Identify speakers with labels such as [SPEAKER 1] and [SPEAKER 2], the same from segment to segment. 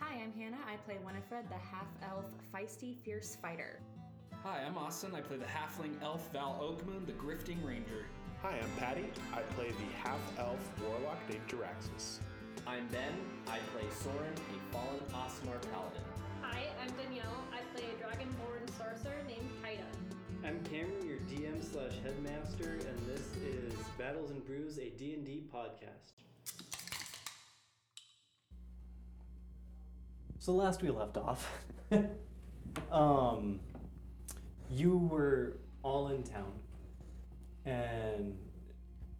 [SPEAKER 1] I'm Hannah. I play Winifred, the half elf, feisty, fierce fighter.
[SPEAKER 2] Hi, I'm Austin. I play the halfling elf Val Oakman, the grifting ranger.
[SPEAKER 3] Hi, I'm Patty. I play the half elf warlock named Taraxis.
[SPEAKER 4] I'm Ben. I play Soren, a fallen Osmar paladin.
[SPEAKER 5] Hi, I'm Danielle. I play a dragonborn sorcerer named Kaida.
[SPEAKER 6] I'm Cameron, your DM slash headmaster, and this is Battles and Brews, a D&D podcast. So last we left off, um, you were all in town, and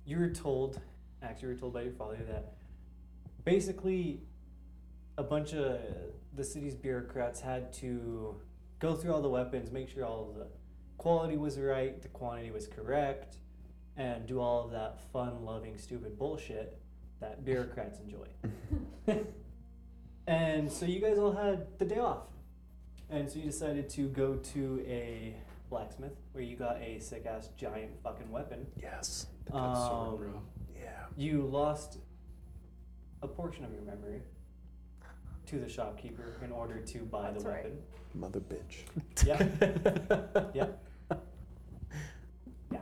[SPEAKER 6] you were told, actually, you were told by your father that basically a bunch of the city's bureaucrats had to go through all the weapons, make sure all the quality was right, the quantity was correct, and do all of that fun, loving, stupid bullshit that bureaucrats enjoy. and so you guys all had the day off. And so you decided to go to a blacksmith where you got a sick ass giant fucking weapon.
[SPEAKER 3] Yes.
[SPEAKER 6] Um,
[SPEAKER 3] Yeah.
[SPEAKER 6] You lost a portion of your memory to the shopkeeper in order to buy the
[SPEAKER 1] right.
[SPEAKER 6] weapon.
[SPEAKER 3] Mother bitch.
[SPEAKER 6] Yeah. yeah. Yeah.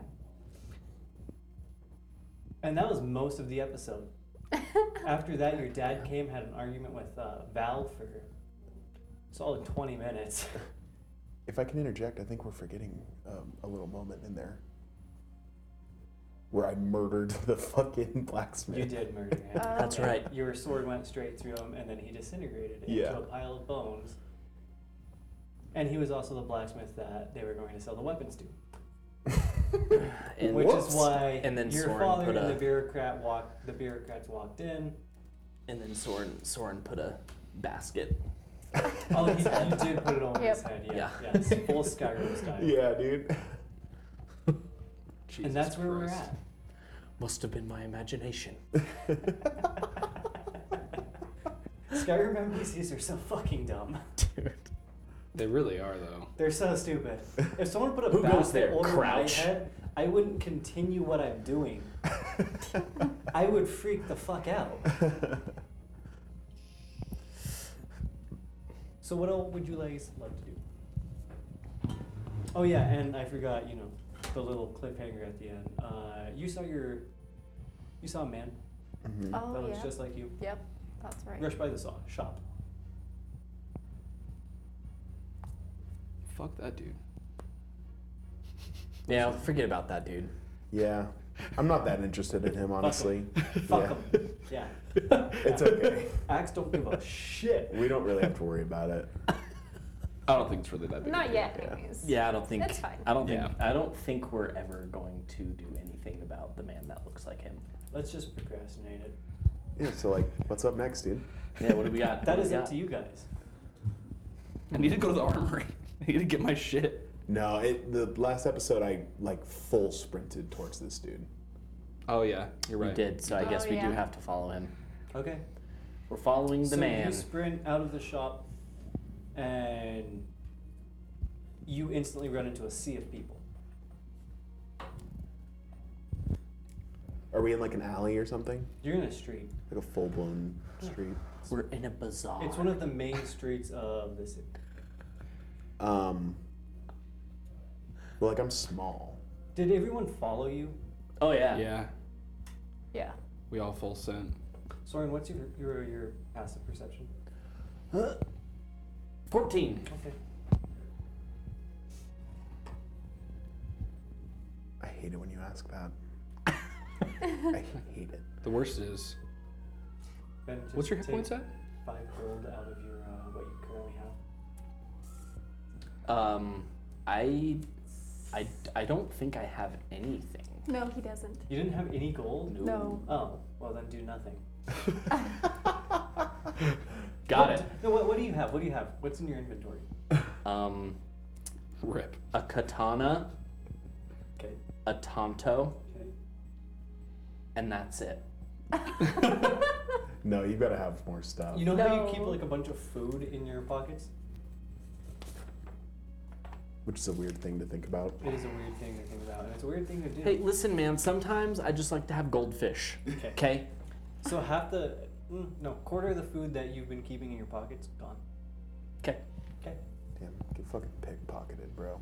[SPEAKER 6] And that was most of the episode. After that, your dad came, had an argument with uh, Val for solid 20 minutes.
[SPEAKER 3] If I can interject, I think we're forgetting um, a little moment in there where I murdered the fucking blacksmith.
[SPEAKER 6] You did murder him.
[SPEAKER 7] That's right.
[SPEAKER 6] Your sword went straight through him, and then he disintegrated it
[SPEAKER 3] Yeah.
[SPEAKER 6] into a pile of bones. And he was also the blacksmith that they were going to sell the weapons to,
[SPEAKER 7] And
[SPEAKER 6] which
[SPEAKER 3] Whoops.
[SPEAKER 6] is why
[SPEAKER 7] And then
[SPEAKER 6] your
[SPEAKER 7] Soren
[SPEAKER 6] father
[SPEAKER 7] put
[SPEAKER 6] and
[SPEAKER 7] a-
[SPEAKER 6] the bureaucrat walked. The bureaucrats walked in.
[SPEAKER 7] and then Soren Soren put a basket.
[SPEAKER 6] Oh, he, you did put it over his
[SPEAKER 7] Yep.
[SPEAKER 6] head. Yeah,
[SPEAKER 7] Yeah.
[SPEAKER 6] yes, full Skyrim style.
[SPEAKER 3] Yeah, dude.
[SPEAKER 7] Jesus
[SPEAKER 6] and that's where
[SPEAKER 7] Christ. Must have been my imagination.
[SPEAKER 6] we're at. Skyrim NPCs are so fucking dumb.
[SPEAKER 2] They really are, though.
[SPEAKER 6] They're so stupid. If someone put a
[SPEAKER 7] Who goes
[SPEAKER 6] basket
[SPEAKER 7] there?
[SPEAKER 6] over
[SPEAKER 7] Crouch.
[SPEAKER 6] my head, I wouldn't continue what I'm doing. I would freak the fuck out.
[SPEAKER 3] Mm-hmm.
[SPEAKER 6] so what else would you guys like to do? Oh yeah, and I forgot, you know, the little cliffhanger at the end. Uh, you saw your, you saw a man
[SPEAKER 7] Mhm.
[SPEAKER 6] that
[SPEAKER 8] Oh,
[SPEAKER 6] looks
[SPEAKER 8] yeah.
[SPEAKER 6] just like you.
[SPEAKER 8] Yep, that's right.
[SPEAKER 6] Rush by the saw, shop.
[SPEAKER 2] Fuck that dude.
[SPEAKER 7] Yeah, forget about that dude.
[SPEAKER 3] Yeah. I'm not that interested in him, honestly.
[SPEAKER 6] Fuck
[SPEAKER 3] Yeah.
[SPEAKER 6] 'em. Yeah.
[SPEAKER 3] It's okay.
[SPEAKER 6] Axe don't give a shit.
[SPEAKER 3] We don't really have to worry about it.
[SPEAKER 2] I don't think it's really that big.
[SPEAKER 8] Not yet, anyways.
[SPEAKER 7] Yeah, I don't think
[SPEAKER 8] That's fine.
[SPEAKER 7] I don't think
[SPEAKER 2] Yeah.
[SPEAKER 7] I don't think we're ever going to do anything about the man that looks like him.
[SPEAKER 6] Let's just procrastinate it.
[SPEAKER 3] Yeah, so, like, what's up next, dude?
[SPEAKER 7] Yeah, what do we got?
[SPEAKER 6] That
[SPEAKER 7] What do
[SPEAKER 6] is
[SPEAKER 7] we
[SPEAKER 6] up
[SPEAKER 7] got?
[SPEAKER 6] to you guys.
[SPEAKER 2] I need to go to the armory. I need to get my shit.
[SPEAKER 3] No, it, the last episode, I, like, full sprinted towards this dude.
[SPEAKER 2] Oh yeah, you're
[SPEAKER 7] We
[SPEAKER 2] right.
[SPEAKER 7] did, so I
[SPEAKER 8] Oh,
[SPEAKER 7] guess we
[SPEAKER 8] yeah.
[SPEAKER 7] do have to follow him.
[SPEAKER 6] Okay.
[SPEAKER 7] We're following the
[SPEAKER 6] so
[SPEAKER 7] man.
[SPEAKER 6] you sprint out of the shop, and you instantly run into a sea of people.
[SPEAKER 3] Are we in, like, an alley or something?
[SPEAKER 6] You're in a street.
[SPEAKER 3] Like, a full blown street?
[SPEAKER 7] we're in a bazaar.
[SPEAKER 6] It's one of the main streets of the city.
[SPEAKER 3] Um, well, like I'm small.
[SPEAKER 6] Did everyone follow you?
[SPEAKER 7] Oh yeah.
[SPEAKER 2] Yeah,
[SPEAKER 8] Yeah.
[SPEAKER 2] we all full sent.
[SPEAKER 6] Soren, what's your your, your passive perception?
[SPEAKER 7] Fourteen.
[SPEAKER 6] Okay.
[SPEAKER 3] I hate it when you ask that. I hate it.
[SPEAKER 2] The worst is
[SPEAKER 6] Ben, just
[SPEAKER 2] what's your hit
[SPEAKER 6] take
[SPEAKER 2] points at?
[SPEAKER 6] Five gold out of your uh, what you currently have.
[SPEAKER 7] Um, I, I, I don't think I have anything.
[SPEAKER 8] No, he doesn't.
[SPEAKER 6] You didn't have any gold.
[SPEAKER 8] No.
[SPEAKER 6] Oh, well then do nothing.
[SPEAKER 7] Got it.
[SPEAKER 6] No, what, what do you have? What do you have? What's in your inventory?
[SPEAKER 7] Um,
[SPEAKER 2] Rip.
[SPEAKER 7] a katana,
[SPEAKER 6] Okay.
[SPEAKER 7] a tomto,
[SPEAKER 6] Okay.
[SPEAKER 7] and that's it.
[SPEAKER 3] No, you gotta have more stuff.
[SPEAKER 6] You know how you keep
[SPEAKER 8] No.
[SPEAKER 6] like a bunch of food in your pockets?
[SPEAKER 3] which is a weird thing to think about.
[SPEAKER 6] It is a weird thing to think about, and it's a weird thing to do.
[SPEAKER 7] Hey, listen, man. Sometimes I just like to have goldfish.
[SPEAKER 6] Okay.
[SPEAKER 7] Okay.
[SPEAKER 6] So half the Mm, no, quarter of the food that you've been keeping in your pocket's gone.
[SPEAKER 7] Okay.
[SPEAKER 6] Okay.
[SPEAKER 3] Damn, get fucking pickpocketed, bro.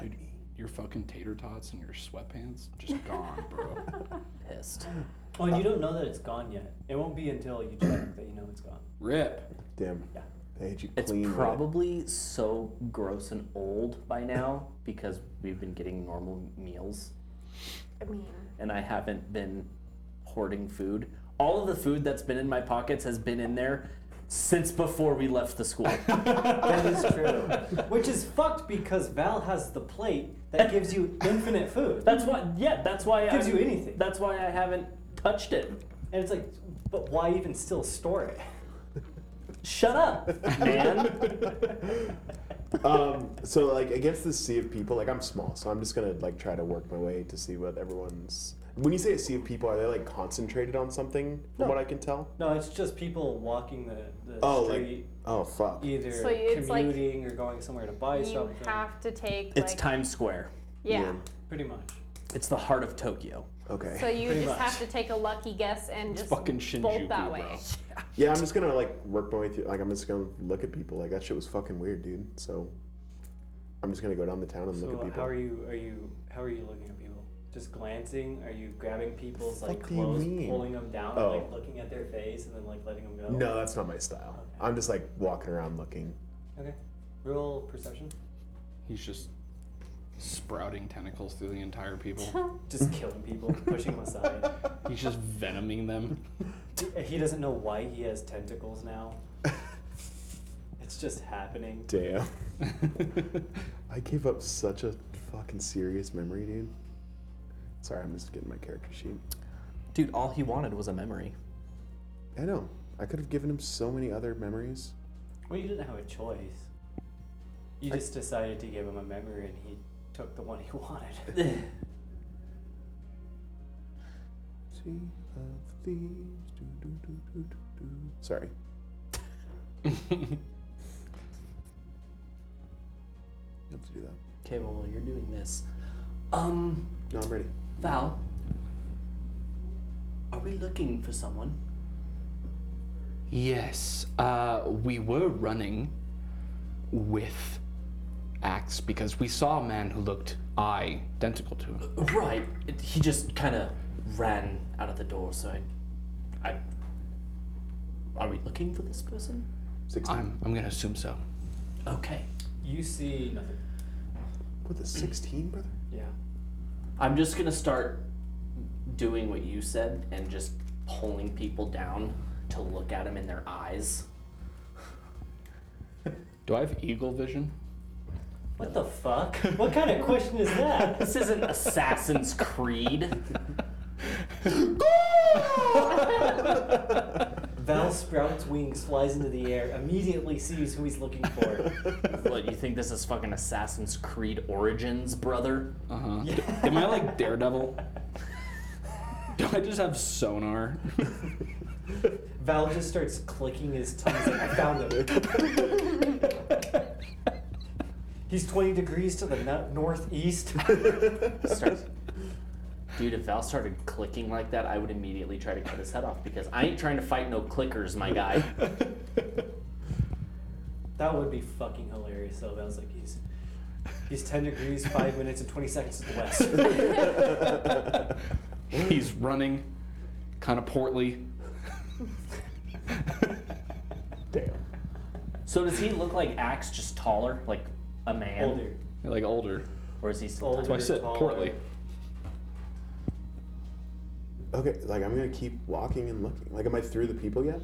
[SPEAKER 9] Dude, your fucking tater tots and your sweatpants just gone, bro.
[SPEAKER 7] Pissed.
[SPEAKER 6] Well, you don't know that it's gone yet. It won't be until you check that you know it's gone.
[SPEAKER 9] Rip.
[SPEAKER 3] Damn.
[SPEAKER 6] Yeah.
[SPEAKER 3] They ate you
[SPEAKER 7] It's
[SPEAKER 3] clean. with it.
[SPEAKER 7] probably so gross and old by now because we've been getting normal meals
[SPEAKER 8] I mean,
[SPEAKER 7] and I haven't been hoarding food. All of the food that's been in my pockets has been in there since before we left the school.
[SPEAKER 6] That is true. Which is fucked because Val has the plate that gives you infinite food.
[SPEAKER 7] that's why, yeah, that's why
[SPEAKER 6] Gives
[SPEAKER 7] I,
[SPEAKER 6] you anything.
[SPEAKER 7] That's why I haven't touched it.
[SPEAKER 6] And it's like, but why even still store it?
[SPEAKER 7] Shut up, man.
[SPEAKER 3] um, so like against this sea of people, like I'm small, so I'm just gonna like try to work my way to see what everyone's. When you say a sea of people, are they like concentrated on something? From
[SPEAKER 6] No.
[SPEAKER 3] what I can tell.
[SPEAKER 6] No, it's just people walking the, the
[SPEAKER 3] Oh, like-
[SPEAKER 6] street,
[SPEAKER 3] Oh fuck.
[SPEAKER 6] either
[SPEAKER 8] So it's like-
[SPEAKER 6] commuting or going somewhere to buy
[SPEAKER 8] you
[SPEAKER 6] something.
[SPEAKER 8] have to take.
[SPEAKER 7] It's
[SPEAKER 8] like,
[SPEAKER 7] Times Square.
[SPEAKER 8] Yeah.
[SPEAKER 6] Pretty much.
[SPEAKER 7] It's the heart of Tokyo.
[SPEAKER 3] Okay.
[SPEAKER 8] So you
[SPEAKER 6] Pretty much.
[SPEAKER 8] just have to take a lucky guess and just
[SPEAKER 9] fucking Shinjuku,
[SPEAKER 8] bolt that way.
[SPEAKER 9] bro.
[SPEAKER 3] yeah, I'm just gonna like work my way through. Like I'm just gonna look at people. Like that shit was fucking weird, dude. So I'm just gonna go down the town and
[SPEAKER 6] So
[SPEAKER 3] look at people.
[SPEAKER 6] how are you? Are you? How are you looking at people? Just glancing? Are you grabbing people's like
[SPEAKER 3] Fuck do you
[SPEAKER 6] clothes,
[SPEAKER 3] mean?
[SPEAKER 6] pulling them down,
[SPEAKER 3] Oh.
[SPEAKER 6] and, like looking at their face, and then like letting them go?
[SPEAKER 3] no, that's not my style. I'm just like walking around looking.
[SPEAKER 6] Okay. Roll perception.
[SPEAKER 9] He's just sprouting tentacles through the entire people.
[SPEAKER 6] Just killing people, pushing them aside.
[SPEAKER 9] He's just venoming them.
[SPEAKER 6] He doesn't know why he has tentacles now. It's just happening.
[SPEAKER 3] Damn. I gave up such a fucking serious memory, dude. Sorry, I'm just getting my character sheet.
[SPEAKER 7] Dude, all he wanted was a memory.
[SPEAKER 3] I know. I could have given him so many other memories.
[SPEAKER 6] Well, you didn't have a choice. You just decided to give him a memory, and he took the one he wanted.
[SPEAKER 3] Sea of thieves. Do, do, do, do, do, do. Sorry. You have to do that.
[SPEAKER 7] Okay, well, while you're doing this, um,
[SPEAKER 3] No, I'm ready.
[SPEAKER 7] Val, are we looking for someone?
[SPEAKER 9] Yes, uh, we were running with Axe because we saw a man who looked identical to him.
[SPEAKER 7] Right. It, he just kind of ran out of the door, so I, I. Are we looking for this person?
[SPEAKER 3] 16.
[SPEAKER 9] I'm, I'm gonna assume so.
[SPEAKER 7] Okay.
[SPEAKER 6] You see nothing.
[SPEAKER 3] With a 16, brother?
[SPEAKER 6] Yeah.
[SPEAKER 7] I'm just gonna start doing what you said and just pulling people down to look at him in their eyes.
[SPEAKER 9] Do I have eagle vision?
[SPEAKER 7] What the fuck?
[SPEAKER 6] What kind of question is that?
[SPEAKER 7] this isn't Assassin's Creed.
[SPEAKER 6] Val sprouts wings, flies into the air, immediately sees who he's looking for.
[SPEAKER 7] What, you think this is fucking Assassin's Creed Origins, brother?
[SPEAKER 9] Uh huh. Am I like Daredevil? Do I just have sonar?
[SPEAKER 6] Val just starts clicking his tongue. He's like, I found him. He's 20 degrees to the no- northeast.
[SPEAKER 7] Start- Dude, if Val started clicking like that, I would immediately try to cut his head off because I ain't trying to fight no clickers, my guy.
[SPEAKER 6] That would be fucking hilarious, though. Val's like, he's, he's 10 degrees, 5 minutes, and 20 seconds to the west.
[SPEAKER 9] He's running, kind of portly.
[SPEAKER 3] Damn.
[SPEAKER 7] So does he look like Axe, just taller, like a man,
[SPEAKER 6] Older.
[SPEAKER 9] Like older.
[SPEAKER 7] or is he still
[SPEAKER 6] Older.
[SPEAKER 9] That's why I said
[SPEAKER 6] taller.
[SPEAKER 9] portly.
[SPEAKER 3] Okay, like I'm gonna keep walking and looking. Like, am I through the people yet?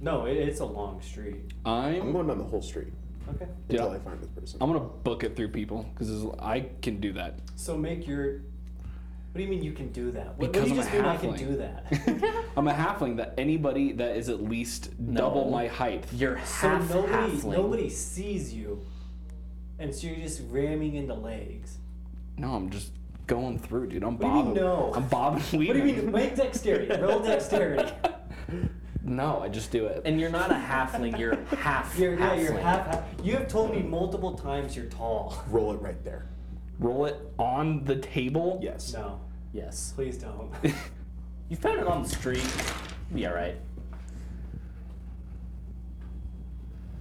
[SPEAKER 6] No, it, it's a long street.
[SPEAKER 3] I'm
[SPEAKER 9] I'm.
[SPEAKER 3] going down the whole street
[SPEAKER 6] Okay.
[SPEAKER 3] until
[SPEAKER 9] Yeah.
[SPEAKER 3] I find this person.
[SPEAKER 9] I'm gonna book it through people because I can do that.
[SPEAKER 6] So make your. What do you mean you can do that? What,
[SPEAKER 9] Because
[SPEAKER 6] what do you
[SPEAKER 9] I'm
[SPEAKER 6] just
[SPEAKER 9] a
[SPEAKER 6] mean I can
[SPEAKER 9] halfling.
[SPEAKER 6] do that?
[SPEAKER 9] I'm a halfling that anybody that is at least double my height.
[SPEAKER 7] You're
[SPEAKER 6] so
[SPEAKER 7] half
[SPEAKER 6] nobody
[SPEAKER 7] halfling.
[SPEAKER 6] nobody sees you, and so you're just ramming into legs.
[SPEAKER 9] No, I'm just going through, dude. I'm
[SPEAKER 6] What do you mean,
[SPEAKER 9] bobbing.
[SPEAKER 6] no?
[SPEAKER 9] I'm bobbing.
[SPEAKER 6] What do you mean? Make dexterity. Roll dexterity.
[SPEAKER 9] No, I just do it.
[SPEAKER 7] And you're not a halfling. You're half.
[SPEAKER 6] You're, yeah,
[SPEAKER 7] halfling.
[SPEAKER 6] you're half, half. You have told me multiple times you're tall.
[SPEAKER 3] Roll it right there.
[SPEAKER 9] roll it on the table.
[SPEAKER 3] Yes.
[SPEAKER 6] No,
[SPEAKER 7] Yes.
[SPEAKER 6] please don't.
[SPEAKER 7] You found it on the street. Be alright.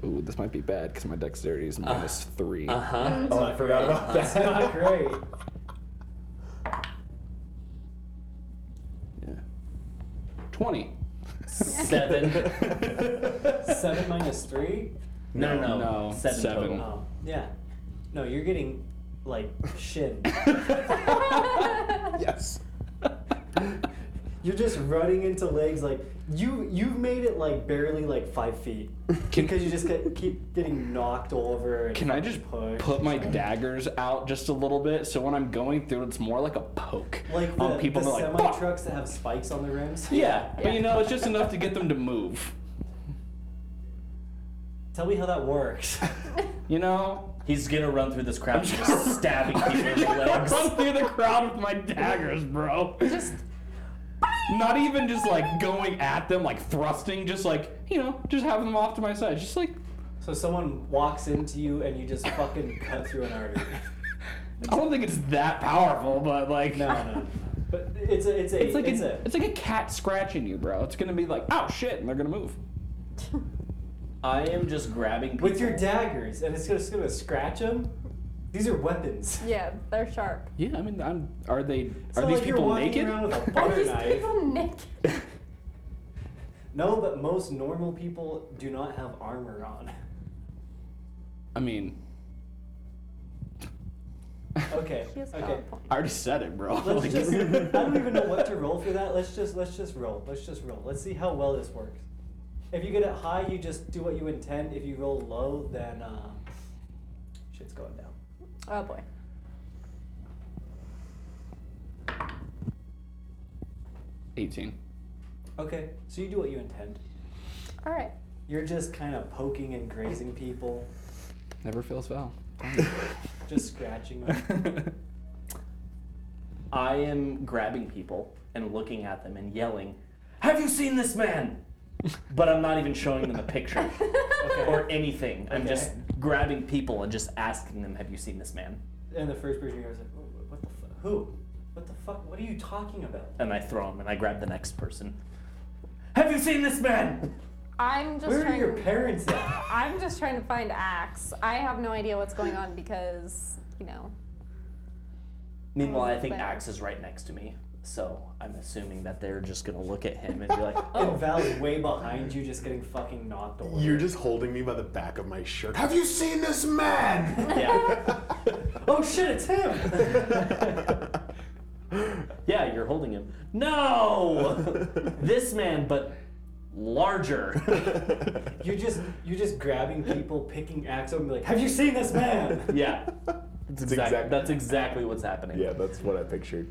[SPEAKER 9] Ooh, this might be bad because my dexterity is minus three. Uh-huh.
[SPEAKER 7] huh.
[SPEAKER 3] Oh, I forgot about
[SPEAKER 6] That's
[SPEAKER 3] that.
[SPEAKER 6] not great.
[SPEAKER 9] Yeah. Twenty.
[SPEAKER 7] Seven.
[SPEAKER 6] Seven minus three?
[SPEAKER 7] No, no, no.
[SPEAKER 9] No,
[SPEAKER 7] Seven,
[SPEAKER 9] seven.
[SPEAKER 7] total.
[SPEAKER 6] Oh, yeah. No, you're getting like shit.
[SPEAKER 9] Yes.
[SPEAKER 6] You're just running into legs like you you've made it like barely like five feet
[SPEAKER 9] Can-
[SPEAKER 6] because you just get, keep getting knocked over. And
[SPEAKER 9] Can I just
[SPEAKER 6] pushed.
[SPEAKER 9] put my daggers out just a little bit so when I'm going through, it's more like a poke
[SPEAKER 6] like the,
[SPEAKER 9] on people?
[SPEAKER 6] the
[SPEAKER 9] and they're like,
[SPEAKER 6] semi
[SPEAKER 9] "Fuck!"
[SPEAKER 6] trucks that have spikes on the rims?
[SPEAKER 9] Yeah, but you know, it's just enough to get them to move.
[SPEAKER 6] Tell me how that works.
[SPEAKER 9] You know,
[SPEAKER 7] He's gonna run through this crowd, just stabbing people in the legs.
[SPEAKER 9] run through the crowd with my daggers, bro. Just not even just like going at them, like thrusting, just like you know, just having them off to my side, just like
[SPEAKER 6] so someone walks into you and you just fucking cut through an artery.
[SPEAKER 9] I don't think it's that powerful, but like
[SPEAKER 6] No, no, no. But it's a it's a
[SPEAKER 9] it's like
[SPEAKER 6] it's
[SPEAKER 9] a,
[SPEAKER 6] a
[SPEAKER 9] it's like a cat scratching you, bro. It's gonna be like, oh shit, and they're gonna move.
[SPEAKER 7] I am just grabbing people.
[SPEAKER 6] with your daggers and it's just gonna scratch them. These are weapons.
[SPEAKER 8] yeah, they're sharp.
[SPEAKER 9] Yeah, I mean, I'm, are they
[SPEAKER 6] It's
[SPEAKER 9] are
[SPEAKER 6] not
[SPEAKER 9] these
[SPEAKER 6] like you're
[SPEAKER 9] people
[SPEAKER 6] walking
[SPEAKER 9] naked?
[SPEAKER 6] around with a
[SPEAKER 8] Are
[SPEAKER 6] butter
[SPEAKER 8] these
[SPEAKER 6] knife.
[SPEAKER 8] people naked?
[SPEAKER 6] No, but most normal people do not have armor on.
[SPEAKER 9] I mean,
[SPEAKER 6] Okay.
[SPEAKER 8] He has
[SPEAKER 6] okay.
[SPEAKER 8] powerful-
[SPEAKER 9] I already said it, bro.
[SPEAKER 6] Let's
[SPEAKER 9] Like-
[SPEAKER 6] just I don't even know what to roll for that. Let's just let's just roll. Let's just roll. Let's see how well this works. If you get it high, you just do what you intend. If you roll low, then uh, shit's going down.
[SPEAKER 8] Oh boy.
[SPEAKER 9] Eighteen.
[SPEAKER 6] Okay. So you do what you intend.
[SPEAKER 8] All right.
[SPEAKER 6] You're just kind of poking and grazing people,
[SPEAKER 9] Never fails Val.
[SPEAKER 6] just scratching them.
[SPEAKER 7] I am grabbing people and looking at them and yelling, "Have you seen this man?" But I'm not even showing them a picture or anything. I'm just
[SPEAKER 6] Okay.
[SPEAKER 7] grabbing people and just asking them, "Have you seen this man?"
[SPEAKER 6] And the first person here is like, "Wh- "What the fuck? Who? What the fuck? What are you talking about?"
[SPEAKER 7] And I throw them, and I grab the next person. Have you seen this man?
[SPEAKER 8] I'm just
[SPEAKER 6] Where are
[SPEAKER 8] trying.
[SPEAKER 6] your parents at?
[SPEAKER 8] I'm just trying to find Axe. I have no idea what's going on because you know.
[SPEAKER 7] Meanwhile, I think
[SPEAKER 8] Better.
[SPEAKER 7] Axe is right next to me, so I'm assuming that they're just gonna look at him and be like,
[SPEAKER 8] oh.
[SPEAKER 6] And Val's way behind you, just getting fucking knocked over.
[SPEAKER 3] You're just holding me by the back of my shirt. Have you seen this man?
[SPEAKER 7] "Yeah,
[SPEAKER 6] oh shit, it's him!
[SPEAKER 7] yeah, you're holding him." No, this man, but larger.
[SPEAKER 6] You're just you're just grabbing people, picking axe up, and be like, "Have you seen this man?"
[SPEAKER 7] Yeah. That's exact,
[SPEAKER 3] exact-
[SPEAKER 7] that's exactly what's happening.
[SPEAKER 3] yeah, that's what I pictured.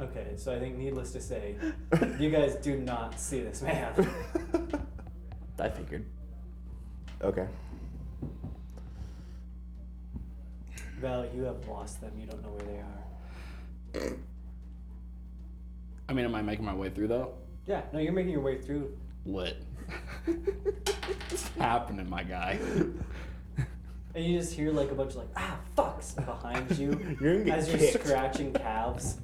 [SPEAKER 6] Okay, so I think needless to say, you guys do not see this man.
[SPEAKER 7] I figured.
[SPEAKER 3] Okay.
[SPEAKER 6] Val, you have lost them. You don't know where they are.
[SPEAKER 9] I mean, am I making my way through though?
[SPEAKER 6] Yeah, no, you're making your way through.
[SPEAKER 9] What? What's happening, my guy?
[SPEAKER 6] And you just hear like a bunch of like ah fucks behind you
[SPEAKER 3] You're gonna get
[SPEAKER 6] as you're
[SPEAKER 3] kicked.
[SPEAKER 6] scratching calves.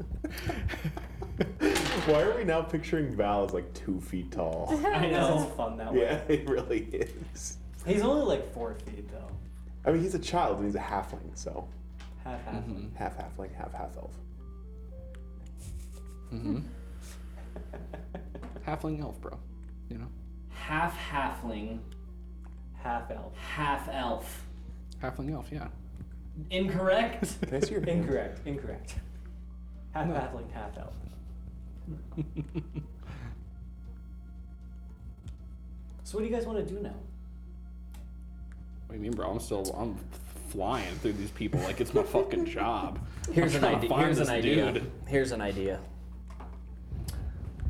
[SPEAKER 3] Why are we now picturing Val as like two feet tall?
[SPEAKER 6] I know it's fun that way.
[SPEAKER 3] yeah, it really is.
[SPEAKER 6] He's only like four feet though.
[SPEAKER 3] I mean, he's a child and he's a halfling, so
[SPEAKER 6] Half half.
[SPEAKER 3] half halfling, half half elf.
[SPEAKER 9] Halfling elf, bro. You know,
[SPEAKER 7] Half halfling,
[SPEAKER 6] Half elf.
[SPEAKER 7] half elf.
[SPEAKER 9] halfling elf. Yeah.
[SPEAKER 7] Incorrect?
[SPEAKER 3] Can I see your hand?
[SPEAKER 6] Incorrect. Incorrect. Half halfling, half elf. So what do you guys want to do now?
[SPEAKER 9] What do you mean, bro? I'm still I'm flying through these people like it's my fucking job.
[SPEAKER 7] Here's
[SPEAKER 9] I'm
[SPEAKER 7] an
[SPEAKER 9] trying to
[SPEAKER 7] idea.
[SPEAKER 9] find
[SPEAKER 7] Here's an
[SPEAKER 9] this
[SPEAKER 7] idea.
[SPEAKER 9] dude.
[SPEAKER 7] Here's an idea.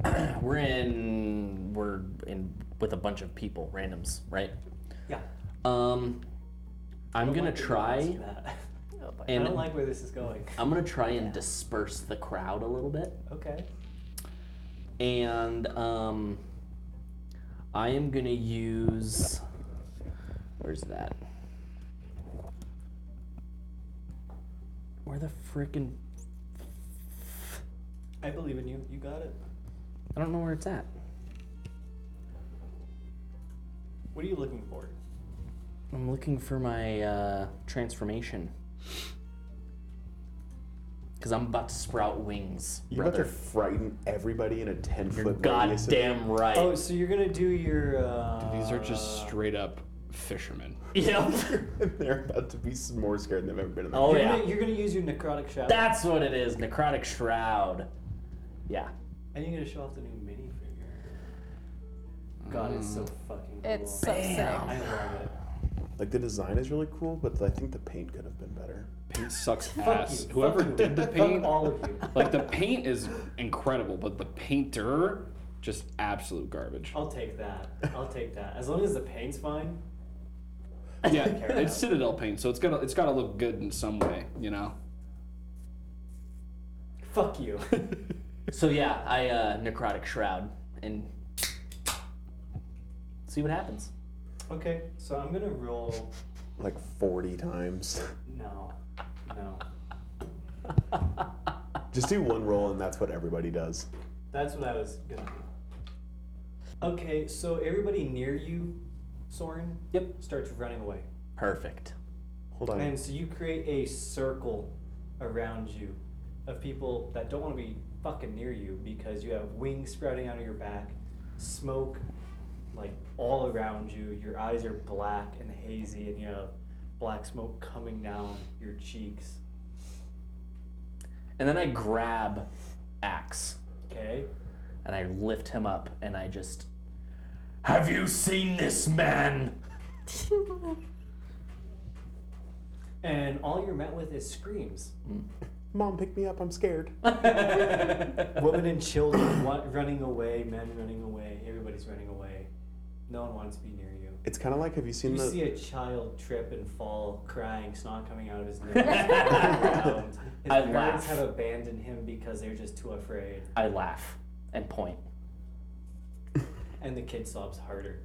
[SPEAKER 7] we're in we're in with a bunch of people, randoms, right?
[SPEAKER 6] Yeah.
[SPEAKER 7] Um I'm gonna try
[SPEAKER 6] That.
[SPEAKER 8] Oh boy.
[SPEAKER 6] I
[SPEAKER 7] and
[SPEAKER 6] don't like where this is going.
[SPEAKER 7] I'm gonna try and disperse the crowd a little bit.
[SPEAKER 6] Okay.
[SPEAKER 7] and um, I am gonna use. Where's that? Where the frickin'
[SPEAKER 6] I believe in you. You got it.
[SPEAKER 7] I don't know where it's at.
[SPEAKER 6] What are you looking for?
[SPEAKER 7] I'm looking for my uh, transformation. Because I'm about to sprout wings,
[SPEAKER 3] You're about to
[SPEAKER 7] brother.
[SPEAKER 3] frighten everybody in a 10 foot radius. of-
[SPEAKER 7] Goddamn right.
[SPEAKER 6] Oh, so you're gonna do your. Uh,
[SPEAKER 9] These are just straight up fishermen.
[SPEAKER 7] Yep.
[SPEAKER 3] They're about to be more scared than they've ever been in their
[SPEAKER 7] oh
[SPEAKER 6] You're,
[SPEAKER 7] yeah.
[SPEAKER 6] gonna, you're gonna use your necrotic shadow.
[SPEAKER 7] That's what it is. Necrotic shroud. Yeah.
[SPEAKER 6] and you're gonna show off the new minifigure. God, it's so
[SPEAKER 9] Mm.
[SPEAKER 6] fucking cool.
[SPEAKER 8] It's so
[SPEAKER 6] I
[SPEAKER 8] sick.
[SPEAKER 6] love it.
[SPEAKER 3] Like the design is really cool, but I think the paint could have been better.
[SPEAKER 9] Paint sucks
[SPEAKER 6] Fuck
[SPEAKER 9] ass.
[SPEAKER 6] you.
[SPEAKER 9] Whoever
[SPEAKER 6] Fuck you.
[SPEAKER 9] did the
[SPEAKER 6] Fuck
[SPEAKER 9] paint,
[SPEAKER 6] all of you.
[SPEAKER 9] like the paint is incredible, but the painter just absolute garbage.
[SPEAKER 6] I'll take that. I'll take that. As long as the paint's fine.
[SPEAKER 9] Yeah, it's Citadel paint, so it's gonna it's gotta look good in some way, you know.
[SPEAKER 6] Fuck you.
[SPEAKER 7] So yeah, I uh, necrotic shroud and see what happens.
[SPEAKER 6] okay, so I'm gonna roll.
[SPEAKER 3] Like 40 times.
[SPEAKER 6] No, no.
[SPEAKER 3] Just do one roll, and that's what everybody does.
[SPEAKER 6] That's what I was gonna do. Okay, so everybody near you, Soren. Yep. Starts running away,
[SPEAKER 7] Perfect.
[SPEAKER 3] Hold on.
[SPEAKER 6] and so you create a circle around you of people that don't want to be fucking near you because you have wings sprouting out of your back, smoke like all around you. Your eyes are black and hazy, and you have black smoke coming down your cheeks.
[SPEAKER 7] And then I grab axe
[SPEAKER 6] Okay.
[SPEAKER 7] and I lift him up and I just Have you seen this man?
[SPEAKER 6] And all you're met with is screams.
[SPEAKER 3] Mom, pick me up. I'm scared.
[SPEAKER 6] Women and children wa- running away, men running away, everybody's running away. No one wants to be near you.
[SPEAKER 3] It's kind of like have you seen
[SPEAKER 6] You
[SPEAKER 3] the
[SPEAKER 6] see a child trip and fall, crying, snot coming out of his nose. around. his
[SPEAKER 7] I
[SPEAKER 6] parents
[SPEAKER 7] laugh.
[SPEAKER 6] have abandoned him because they're just too afraid,
[SPEAKER 7] I laugh and point.
[SPEAKER 6] and the kid sobs harder.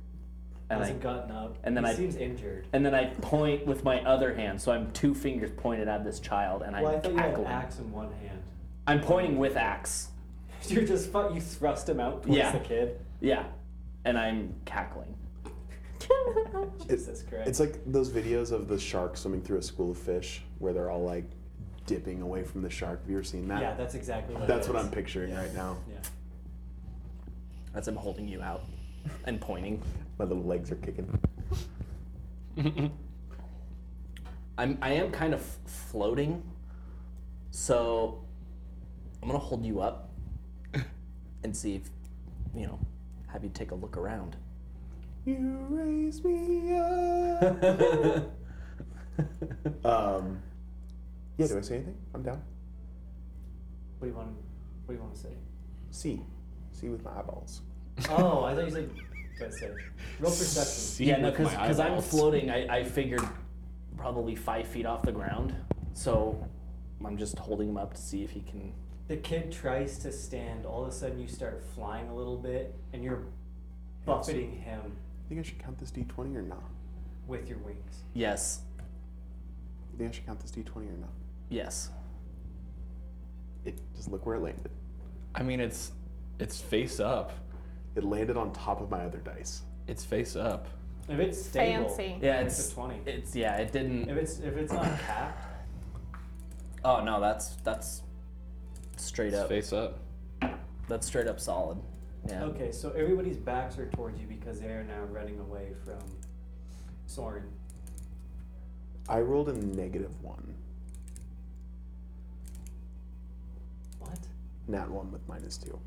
[SPEAKER 7] And I
[SPEAKER 6] Hasn't gotten up.
[SPEAKER 7] and then
[SPEAKER 6] he
[SPEAKER 7] I-
[SPEAKER 6] seems injured.
[SPEAKER 7] and then I point with my other hand, so I'm two fingers pointed at this child and I'm
[SPEAKER 6] Well, I thought you had an
[SPEAKER 7] cackling.
[SPEAKER 6] axe in one hand.
[SPEAKER 7] I'm pointing with axe.
[SPEAKER 6] You're just fu- you thrust him out towards
[SPEAKER 7] Yeah.
[SPEAKER 6] the kid.
[SPEAKER 7] Yeah. And I'm cackling.
[SPEAKER 6] Jesus Christ.
[SPEAKER 3] It's like those videos of the shark swimming through a school of fish where they're all like dipping away from the shark. Have you ever seen that?
[SPEAKER 6] yeah, that's exactly what. it
[SPEAKER 3] That's what
[SPEAKER 6] is.
[SPEAKER 3] I'm picturing right now.
[SPEAKER 6] Yeah.
[SPEAKER 7] As I'm holding you out and pointing.
[SPEAKER 3] My little legs are kicking.
[SPEAKER 7] I'm I am kind of floating, so I'm gonna hold you up and see if you know have you take a look around.
[SPEAKER 3] You raise me up.
[SPEAKER 9] Uh,
[SPEAKER 3] um, yeah, do I say anything? I'm down.
[SPEAKER 6] What do you want? What do you want to say?
[SPEAKER 3] See. See with my eyeballs.
[SPEAKER 6] Oh, I thought you said. That's it. Real perception.
[SPEAKER 9] See
[SPEAKER 7] yeah, no,
[SPEAKER 9] with my
[SPEAKER 7] because I'm
[SPEAKER 9] eyeballs.
[SPEAKER 7] floating. I, I figured probably five feet off the ground, so I'm just holding him up to see if he can.
[SPEAKER 6] The kid tries to stand. All of a sudden, you start flying a little bit, and you're buffeting him
[SPEAKER 3] I think I should count this d20 or not?
[SPEAKER 6] with your wings.
[SPEAKER 7] Yes,
[SPEAKER 3] I think I should count this d20 or not?
[SPEAKER 7] yes.
[SPEAKER 3] It just look where it landed.
[SPEAKER 9] I mean, it's it's face up.
[SPEAKER 3] It landed on top of my other dice.
[SPEAKER 9] It's face up.
[SPEAKER 6] If it's stable,
[SPEAKER 8] Fancy.
[SPEAKER 7] Yeah,
[SPEAKER 6] it's, a
[SPEAKER 7] it's
[SPEAKER 6] twenty.
[SPEAKER 7] it's yeah. It
[SPEAKER 6] If
[SPEAKER 7] didn't.
[SPEAKER 6] it's if it's not capped,
[SPEAKER 7] Oh no, that's that's straight
[SPEAKER 9] It's
[SPEAKER 7] up.
[SPEAKER 9] face up.
[SPEAKER 7] That's straight up solid. Yeah.
[SPEAKER 6] okay. So everybody's backs are towards you because they are now running away from Soren.
[SPEAKER 3] I rolled a negative one.
[SPEAKER 6] What?
[SPEAKER 3] Nat one with minus two.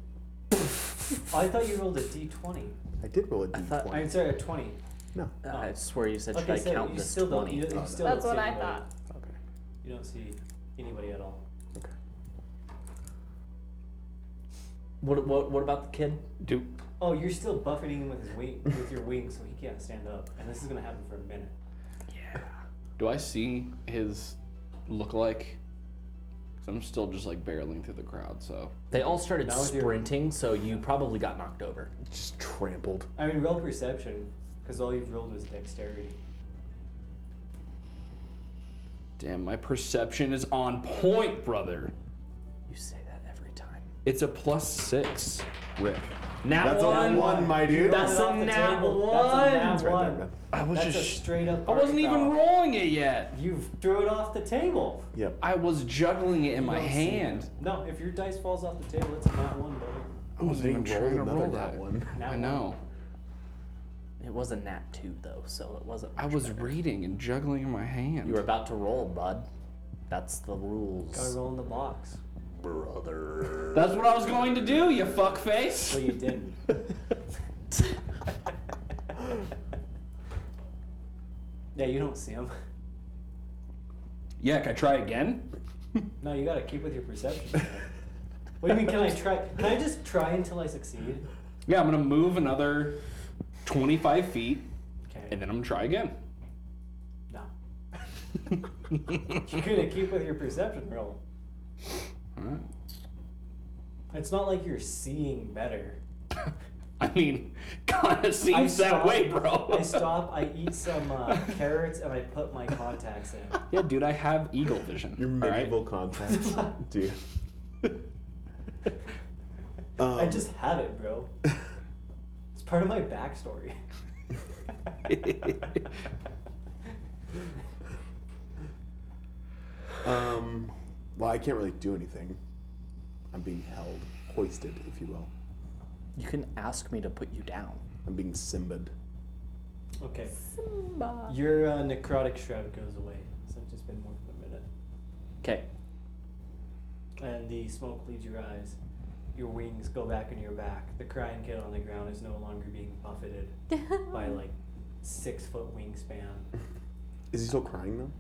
[SPEAKER 6] Oh, I thought you rolled a d twenty.
[SPEAKER 3] I did roll a d20.
[SPEAKER 7] thought-
[SPEAKER 6] I'm sorry, a twenty.
[SPEAKER 3] No.
[SPEAKER 7] I swear you said should
[SPEAKER 6] Okay,
[SPEAKER 7] I
[SPEAKER 6] so
[SPEAKER 7] count
[SPEAKER 6] you
[SPEAKER 7] this
[SPEAKER 6] still don't.
[SPEAKER 7] twenty?
[SPEAKER 6] You, you
[SPEAKER 3] Oh,
[SPEAKER 6] still
[SPEAKER 8] That's
[SPEAKER 6] don't
[SPEAKER 8] what
[SPEAKER 6] see
[SPEAKER 8] I
[SPEAKER 6] anybody.
[SPEAKER 8] thought.
[SPEAKER 3] Okay.
[SPEAKER 6] You don't see anybody at all.
[SPEAKER 3] Okay.
[SPEAKER 7] What, what, what about the kid?
[SPEAKER 9] Do
[SPEAKER 6] Oh, you're still buffeting him with his wing, with your wing, so he can't stand up, and this is gonna happen for a minute.
[SPEAKER 9] do I see his look like? I'm still just like barreling through the crowd, so
[SPEAKER 7] They all started
[SPEAKER 6] That was your-
[SPEAKER 7] sprinting, so you probably got knocked over.
[SPEAKER 3] Just trampled.
[SPEAKER 6] I mean, real perception, because all you've rolled was dexterity.
[SPEAKER 9] damn, my perception is on point, brother.
[SPEAKER 7] You say that every time.
[SPEAKER 9] It's a plus six.
[SPEAKER 3] Rick.
[SPEAKER 9] Now
[SPEAKER 3] That's
[SPEAKER 9] one.
[SPEAKER 3] a one, my dude.
[SPEAKER 7] That's a nat one.
[SPEAKER 6] That's
[SPEAKER 3] It's
[SPEAKER 6] a nat
[SPEAKER 3] right
[SPEAKER 6] one.
[SPEAKER 3] there, man.
[SPEAKER 9] I was
[SPEAKER 6] That's a
[SPEAKER 9] just.
[SPEAKER 6] straight up.
[SPEAKER 9] I wasn't even
[SPEAKER 6] arc foul.
[SPEAKER 9] rolling it yet.
[SPEAKER 6] You threw it off the table.
[SPEAKER 3] Yep.
[SPEAKER 9] I was juggling it in my
[SPEAKER 6] Don't see
[SPEAKER 9] hand.
[SPEAKER 6] it. No, if your dice falls off the table, it's not one, buddy.
[SPEAKER 9] I wasn't even trying to roll that
[SPEAKER 3] one.
[SPEAKER 9] I know.
[SPEAKER 7] It was a nat two though, so it wasn't.
[SPEAKER 9] I
[SPEAKER 7] much
[SPEAKER 9] was
[SPEAKER 7] better.
[SPEAKER 9] reading and juggling in my hand.
[SPEAKER 7] You were about to roll, bud. That's the rules,
[SPEAKER 6] Gotta roll in the box.
[SPEAKER 7] brother.
[SPEAKER 9] That's what I was going to do, you fuckface.
[SPEAKER 6] Well, you didn't. yeah, you don't see them.
[SPEAKER 9] Yeah, can I try again?
[SPEAKER 6] No, you gotta keep with your perception. What do you mean? Can I try? Can I just try until I succeed?
[SPEAKER 9] Yeah, I'm gonna move another 25 feet,
[SPEAKER 6] Okay.
[SPEAKER 9] and then I'm gonna try again.
[SPEAKER 6] No. You're gonna keep with your perception roll.
[SPEAKER 9] Alright.
[SPEAKER 6] It's not like you're seeing better.
[SPEAKER 9] I mean, kind of seems that
[SPEAKER 6] stop-
[SPEAKER 9] way, bro.
[SPEAKER 6] I stop. I eat some uh, carrots and I put my contacts in.
[SPEAKER 9] Yeah, dude, I have eagle vision.
[SPEAKER 3] Your
[SPEAKER 9] all right?
[SPEAKER 3] medieval contacts, dude.
[SPEAKER 6] I
[SPEAKER 3] Um,
[SPEAKER 6] just have it, bro. It's part of my backstory.
[SPEAKER 3] Um, well, I can't really do anything. I'm being held, hoisted, if you will.
[SPEAKER 7] You can ask me to put you down.
[SPEAKER 3] I'm being simbed.
[SPEAKER 6] Okay. Your uh, necrotic shroud goes away since it's been more than a minute,
[SPEAKER 7] Okay.
[SPEAKER 6] and the smoke leaves your eyes. Your wings go back in your back. The crying kid on the ground is no longer being buffeted by like six foot wingspan.
[SPEAKER 3] Is he still crying though?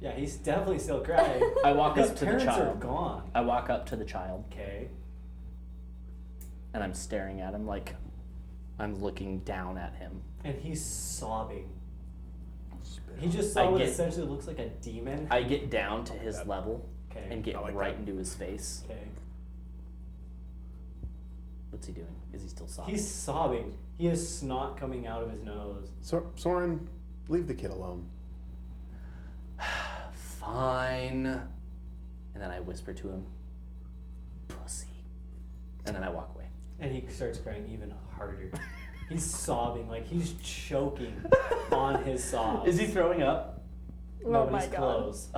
[SPEAKER 6] Yeah, he's definitely still crying.
[SPEAKER 7] I walk
[SPEAKER 6] His
[SPEAKER 7] up to the
[SPEAKER 6] parents are
[SPEAKER 7] child.
[SPEAKER 6] gone.
[SPEAKER 7] I walk up to the child
[SPEAKER 6] Okay.
[SPEAKER 7] and I'm staring at him like I'm looking down at him.
[SPEAKER 6] And he's sobbing. He just saw
[SPEAKER 7] I
[SPEAKER 6] what
[SPEAKER 7] get-
[SPEAKER 6] essentially looks like a demon.
[SPEAKER 7] I get down to his level
[SPEAKER 6] okay.
[SPEAKER 7] and get
[SPEAKER 3] I like
[SPEAKER 7] right into his face.
[SPEAKER 6] okay.
[SPEAKER 7] What's he doing? Is he still sobbing?
[SPEAKER 6] He's sobbing. He has snot coming out of his nose.
[SPEAKER 3] Sor- Soren, leave the kid alone.
[SPEAKER 7] fine. And then I whisper to him, pussy. And then I walk away.
[SPEAKER 6] And he starts crying even harder. he's sobbing, like he's choking on his sobs.
[SPEAKER 7] he throwing up?
[SPEAKER 6] no,
[SPEAKER 8] Oh
[SPEAKER 6] but
[SPEAKER 8] my
[SPEAKER 6] he's
[SPEAKER 8] God.
[SPEAKER 6] close.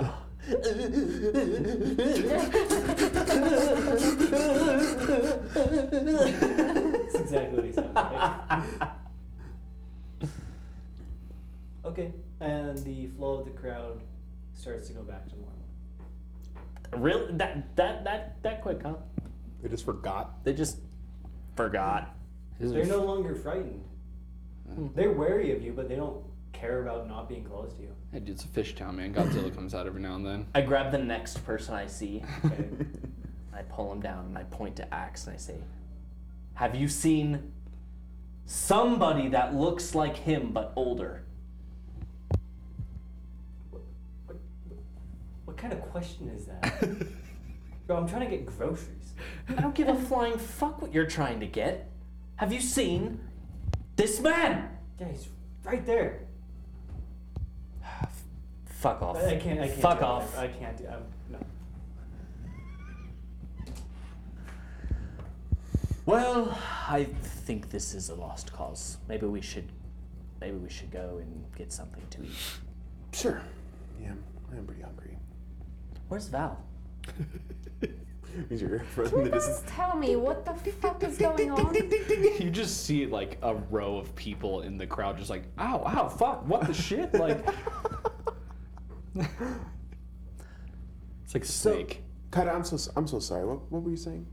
[SPEAKER 6] That's exactly what he sounds like. okay, and the flow of the crowd starts to go back to normal.
[SPEAKER 7] Really? That that that that quick, huh?
[SPEAKER 3] They just forgot.
[SPEAKER 7] They just forgot.
[SPEAKER 6] They're no longer frightened.
[SPEAKER 7] Hmm.
[SPEAKER 6] They're wary of you, but they don't care about not being close to you.
[SPEAKER 9] Hey, dude, it's a fish town, man. Godzilla comes out every now and then.
[SPEAKER 7] I grab the next person I see,
[SPEAKER 6] Okay.
[SPEAKER 7] and I pull him down, and I point to Axe, and I say, "Have you seen somebody that looks like him but older?"
[SPEAKER 6] what, what, what kind of question is that? Bro, I'm trying to get groceries.
[SPEAKER 7] I don't give a flying fuck what you're trying to get. Have you seen this man?
[SPEAKER 6] Yeah, he's right there.
[SPEAKER 7] Fuck off.
[SPEAKER 6] I I can't. I can't
[SPEAKER 7] Fuck
[SPEAKER 6] do it.
[SPEAKER 7] off.
[SPEAKER 6] I can't do. I'm, no.
[SPEAKER 7] Well, I think this is a lost cause. Maybe we should, maybe we should go and get something to eat.
[SPEAKER 3] Sure. Yeah, I am pretty hungry.
[SPEAKER 7] Where's Val?
[SPEAKER 3] He's your friend in the distance.
[SPEAKER 8] Tell me what the fuck is going on?
[SPEAKER 9] You just see like a row of people in the crowd, just like, ow, ow, fuck, what the shit? Like, it's like snake.
[SPEAKER 3] Kyra, I'm so s- I'm so sorry. What what were you saying?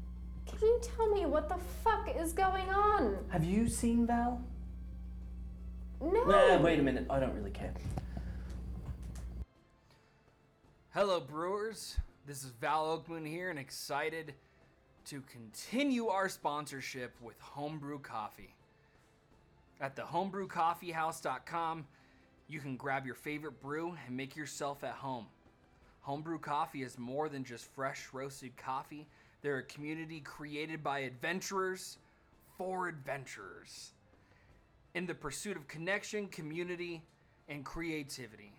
[SPEAKER 8] Can you tell me what the fuck is going on?
[SPEAKER 7] Have you seen Val?
[SPEAKER 8] No.
[SPEAKER 7] Nah, wait a minute. I don't really care.
[SPEAKER 10] Hello, Brewers. This is Val Oakman here, and excited to continue our sponsorship with Homebrew Coffee. At the homebrewcoffeehouse.com, you can grab your favorite brew and make yourself at home. Homebrew coffee is more than just fresh roasted coffee, they're a community created by adventurers for adventurers in the pursuit of connection, community, and creativity.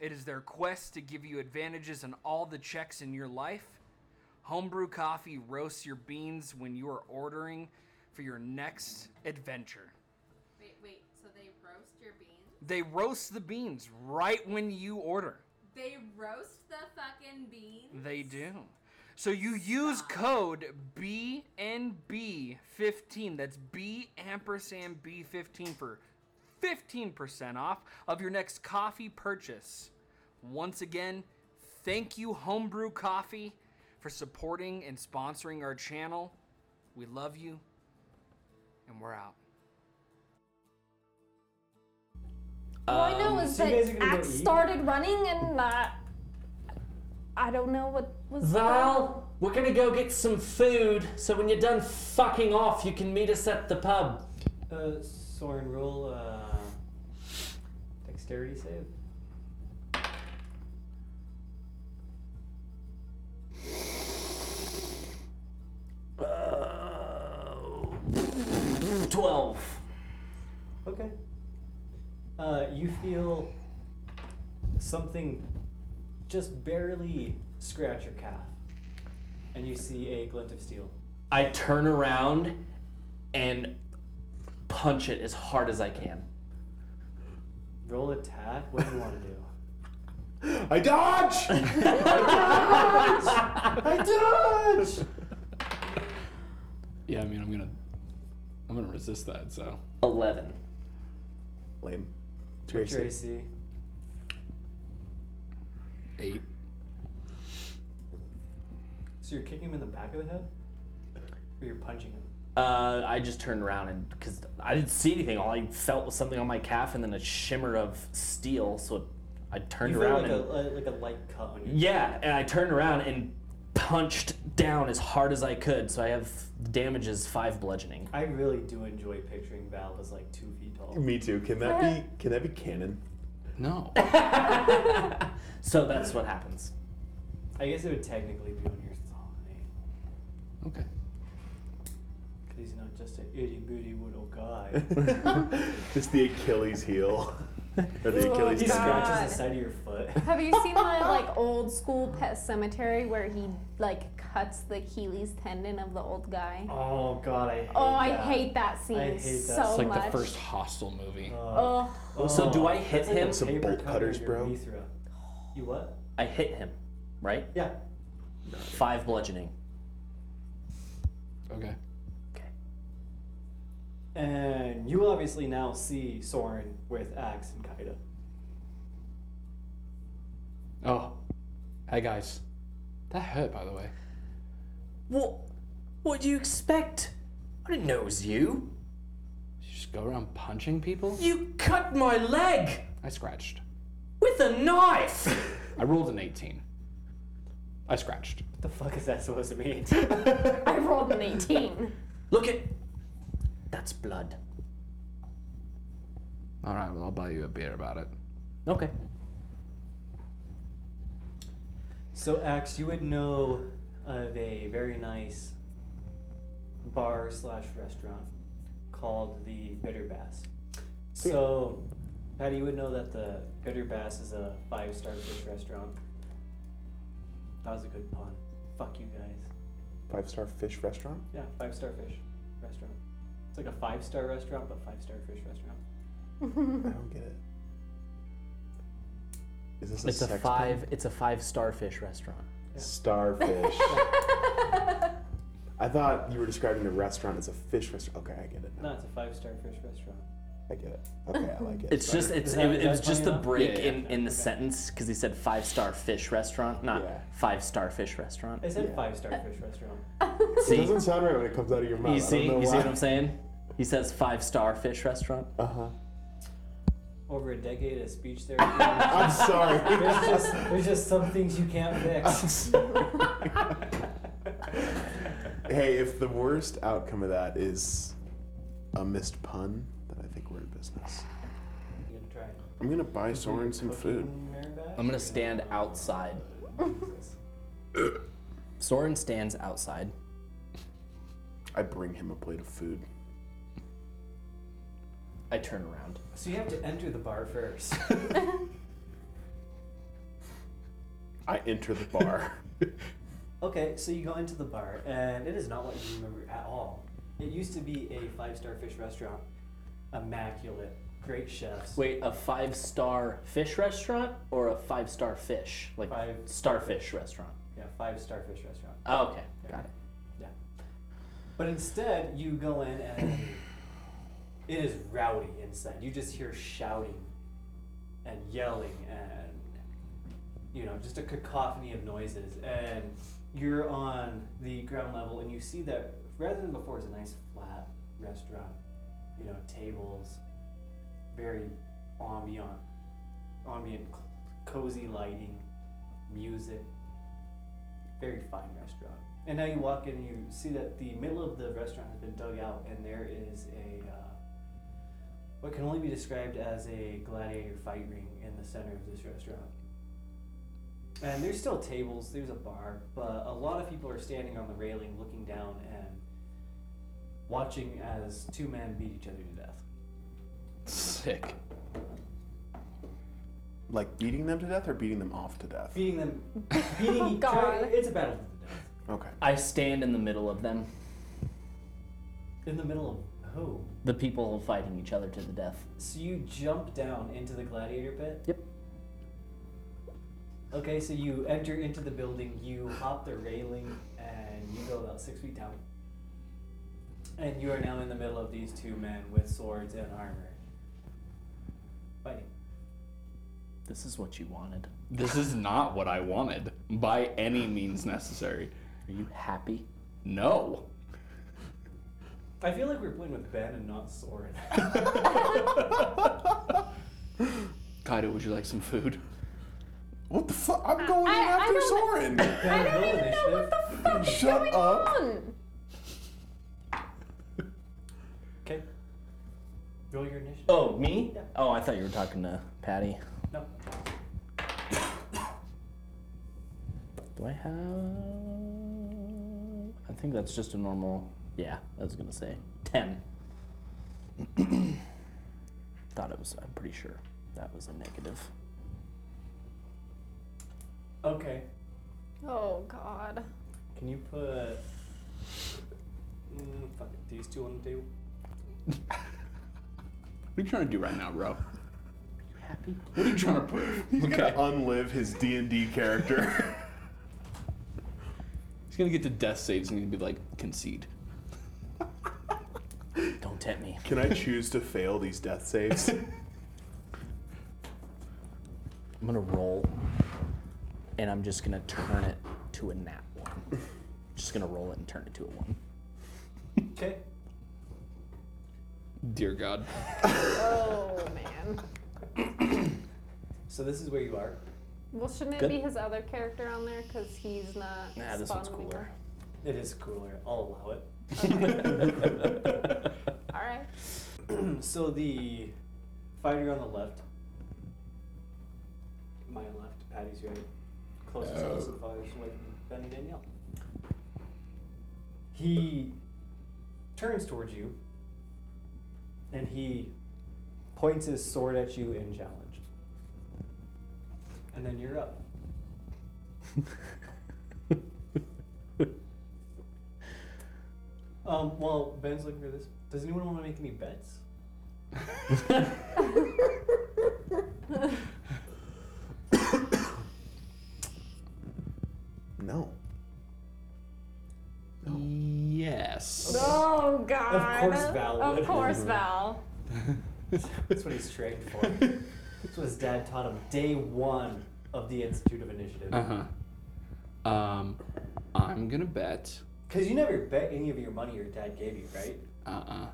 [SPEAKER 10] It is their quest to give you advantages in all the checks in your life. Homebrew coffee roasts your beans when you are ordering for your next adventure.
[SPEAKER 11] Wait, wait. So they roast your beans?
[SPEAKER 10] They roast the beans right when you order.
[SPEAKER 11] They roast the fucking beans?
[SPEAKER 10] They do. So you use code BNB15. That's B ampersand B15 for 15% off of your next coffee purchase. Once again, thank you, Homebrew Coffee, for supporting and sponsoring our channel. We love you, and we're out.
[SPEAKER 8] All I know
[SPEAKER 10] Um,
[SPEAKER 8] is
[SPEAKER 10] so you guys are
[SPEAKER 8] that
[SPEAKER 10] gonna go
[SPEAKER 8] Axe
[SPEAKER 10] eat?
[SPEAKER 8] started running and uh, I don't know what was.
[SPEAKER 7] Val, we're gonna go get some food, so when you're done fucking off, you can meet us at the pub.
[SPEAKER 6] Uh, Soren, roll uh, dexterity save.
[SPEAKER 7] Twelve.
[SPEAKER 6] Okay. Uh, you feel something just barely scratch your calf, and you see a glint of steel.
[SPEAKER 7] I turn around and punch it as hard as I can.
[SPEAKER 6] Roll attack. What do you want to do?
[SPEAKER 3] I dodge!
[SPEAKER 6] I dodge!
[SPEAKER 9] Yeah, I mean, I'm gonna, I'm gonna resist that. So
[SPEAKER 7] eleven.
[SPEAKER 3] Lame.
[SPEAKER 6] What's your AC?
[SPEAKER 9] Eight.
[SPEAKER 6] So you're kicking him in the back of the head, or you're punching him?
[SPEAKER 7] Uh, I just turned around and because I didn't see anything, all I felt was something on my calf and then a shimmer of steel. So I turned
[SPEAKER 6] you feel
[SPEAKER 7] around
[SPEAKER 6] like
[SPEAKER 7] and
[SPEAKER 6] a, a like a light cut on your.
[SPEAKER 7] yeah, and I turned around and punched down as hard as I could. So I have damages five bludgeoning.
[SPEAKER 6] I really do enjoy picturing Val as like two feet tall.
[SPEAKER 3] Me too. Can that be can that be canon?
[SPEAKER 9] No.
[SPEAKER 7] so that's what happens.
[SPEAKER 6] I guess it would technically be on your thigh.
[SPEAKER 9] Okay.
[SPEAKER 6] Because he's not just an itty bitty little guy.
[SPEAKER 3] Just the Achilles heel. or the
[SPEAKER 7] Oh,
[SPEAKER 3] Achilles
[SPEAKER 6] he
[SPEAKER 3] tendon.
[SPEAKER 6] scratches the side of your foot.
[SPEAKER 8] Have you seen the like old school pet cemetery where he like cuts the Achilles tendon of the old guy?
[SPEAKER 6] Oh god, I hate
[SPEAKER 8] Oh, I
[SPEAKER 6] that.
[SPEAKER 8] hate that scene
[SPEAKER 6] I hate that.
[SPEAKER 8] so
[SPEAKER 9] it's like
[SPEAKER 8] much.
[SPEAKER 9] the first hostile movie.
[SPEAKER 8] Ugh.
[SPEAKER 7] So do I hit
[SPEAKER 6] That's like a
[SPEAKER 7] him? Some
[SPEAKER 6] paper
[SPEAKER 7] bolt
[SPEAKER 6] cutter
[SPEAKER 7] cutters,
[SPEAKER 6] in
[SPEAKER 7] bro.
[SPEAKER 6] your urethra. You what?
[SPEAKER 7] I hit him, right?
[SPEAKER 6] Yeah.
[SPEAKER 7] Five bludgeoning.
[SPEAKER 9] Okay.
[SPEAKER 6] And you obviously now see Soren with Axe and Kaida.
[SPEAKER 9] Oh, hey guys, that hurt by the way.
[SPEAKER 7] What? What do you expect? I didn't know it was you.
[SPEAKER 9] You just go around punching people.
[SPEAKER 7] You cut my leg
[SPEAKER 9] I scratched.
[SPEAKER 7] with a knife.
[SPEAKER 9] I rolled an 18. I scratched.
[SPEAKER 6] What the fuck is that supposed to mean?
[SPEAKER 8] I rolled an 18.
[SPEAKER 7] Look at. That's blood.
[SPEAKER 9] All right, well I'll buy you a beer about it.
[SPEAKER 7] Okay.
[SPEAKER 6] So, Axe, you would know of a very nice bar slash restaurant called the Bitter Bass. So, Patty, you would know that the Bitter Bass is a five star fish restaurant. That was a good pun. Fuck you guys.
[SPEAKER 3] Five star fish restaurant?
[SPEAKER 6] Yeah, five star fish restaurant. It's like a five star restaurant, but five star fish restaurant.
[SPEAKER 3] I don't get it. Is this a
[SPEAKER 7] It's a
[SPEAKER 3] sex
[SPEAKER 7] five. It's a five starfish restaurant.
[SPEAKER 3] Starfish. I thought you were describing the restaurant as a fish restaurant. Okay, I get it. now.
[SPEAKER 6] No, it's a five star fish restaurant.
[SPEAKER 3] I get it. Okay, I like it.
[SPEAKER 7] It's just it's
[SPEAKER 6] Is
[SPEAKER 7] it,
[SPEAKER 6] that-
[SPEAKER 7] it
[SPEAKER 6] is
[SPEAKER 7] was
[SPEAKER 6] that
[SPEAKER 7] just
[SPEAKER 6] funny
[SPEAKER 7] a
[SPEAKER 6] enough?
[SPEAKER 7] break
[SPEAKER 6] Yeah, yeah.
[SPEAKER 7] in in the sentence because he said five star fish restaurant, not five star fish restaurant.
[SPEAKER 6] I said five star fish restaurant.
[SPEAKER 7] See?
[SPEAKER 3] It doesn't sound right when it comes out of your mouth.
[SPEAKER 7] You
[SPEAKER 3] I
[SPEAKER 7] see?
[SPEAKER 3] don't know
[SPEAKER 7] You see
[SPEAKER 3] why.
[SPEAKER 7] what I'm saying? He says five star fish restaurant.
[SPEAKER 3] Uh huh.
[SPEAKER 6] Over a decade of speech therapy.
[SPEAKER 3] I'm sorry.
[SPEAKER 6] there's just there's just some things you can't fix.
[SPEAKER 3] Hey, if the worst outcome of that is a missed pun, then I think we're in business.
[SPEAKER 6] You gonna try and
[SPEAKER 3] I'm gonna buy Soren some food.
[SPEAKER 7] I'm gonna stand outside. Soren stands outside.
[SPEAKER 3] I bring him a plate of food.
[SPEAKER 7] I turn around.
[SPEAKER 6] So you have to enter the bar first.
[SPEAKER 3] I enter the bar.
[SPEAKER 6] Okay, so you go into the bar, and it is not what you remember at all. It used to be a five star fish restaurant, immaculate, great chefs.
[SPEAKER 7] Wait, a five star fish restaurant or a five star fish? Like starfish restaurant.
[SPEAKER 6] Yeah, five star fish restaurant.
[SPEAKER 7] Oh, okay. Got it.
[SPEAKER 6] Yeah. But instead, you go in and it is rowdy inside. You just hear shouting and yelling and, you know, just a cacophony of noises. And you're on the ground level and you see that rather than before, it's a nice flat restaurant, you know, tables, very ambient, ambient, cozy lighting, music, very fine restaurant. And now you walk in and you see that the middle of the restaurant has been dug out, and there is a uh, what can only be described as a gladiator fight ring in the center of this restaurant. And there's still tables, there's a bar, but a lot of people are standing on the railing looking down and watching as two men beat each other to death.
[SPEAKER 7] Sick.
[SPEAKER 3] Like beating them to death or beating them off to death?
[SPEAKER 6] Beating them, beating each other. It's a battle
[SPEAKER 3] Okay.
[SPEAKER 7] I stand in the middle of them.
[SPEAKER 6] in the middle of oh, who?
[SPEAKER 7] The people fighting each other to the death.
[SPEAKER 6] So you jump down into the gladiator pit?
[SPEAKER 7] Yep.
[SPEAKER 6] Okay, so you enter into the building, you hop the railing, and you go about six feet down. And you are now in the middle of these two men with swords and armor. Fighting.
[SPEAKER 7] This is what you wanted.
[SPEAKER 9] This is not what I wanted by any means necessary.
[SPEAKER 7] Are you happy?
[SPEAKER 9] No.
[SPEAKER 6] I feel like we're playing with Ben and not Soren.
[SPEAKER 9] Kaido, would you like some food?
[SPEAKER 3] What the fuck? I'm going in after Soren.
[SPEAKER 6] I don't even know what
[SPEAKER 3] the fuck Shut up.
[SPEAKER 6] Okay. Roll your initiative.
[SPEAKER 7] Oh, me? Oh, I thought you were talking to Patty.
[SPEAKER 6] No.
[SPEAKER 7] Do I have. I think that's just a normal. Yeah, I was gonna say. 10. Thought it was. I'm pretty sure that was a negative.
[SPEAKER 6] Okay.
[SPEAKER 8] Oh god.
[SPEAKER 6] Can you put mm, fuck it, these two on the table?
[SPEAKER 9] What are you trying to do right now, bro?
[SPEAKER 7] Happy?
[SPEAKER 9] What are you trying to prove?
[SPEAKER 3] He's gonna unlive his D and D character.
[SPEAKER 9] He's gonna get to death saves and he's gonna be like, concede.
[SPEAKER 7] Don't tempt me.
[SPEAKER 3] Can I choose to fail these death saves?
[SPEAKER 7] I'm gonna roll, and I'm just gonna turn it to a nat one. just gonna roll it and turn it to a one.
[SPEAKER 6] Okay.
[SPEAKER 9] Dear God.
[SPEAKER 8] Oh man.
[SPEAKER 6] So this is where you are.
[SPEAKER 8] Well, shouldn't it
[SPEAKER 6] Good.
[SPEAKER 8] be his other character on there? Because he's not.
[SPEAKER 6] Nah, this one's
[SPEAKER 8] spawned anymore.
[SPEAKER 6] It is cooler. I'll allow it.
[SPEAKER 8] Alright.
[SPEAKER 6] Hmm, so the fighter on the left. My left, Patty's right. Closest to us, the fighter's like Ben and Danielle. He turns towards you and he points his sword at you in challenge. And then you're up. Um, well, Ben's looking for this. Does anyone want to make any bets?
[SPEAKER 3] no.
[SPEAKER 9] Yes.
[SPEAKER 8] Oh god.
[SPEAKER 6] course Val would.
[SPEAKER 8] Of course Val.
[SPEAKER 6] That's what he's trained for. That's what his dad taught him day one of the Institute of Initiative.
[SPEAKER 9] Uh huh. Um, I'm gonna bet.
[SPEAKER 6] Because you never bet any of your money your dad gave you, right?
[SPEAKER 9] Uh uh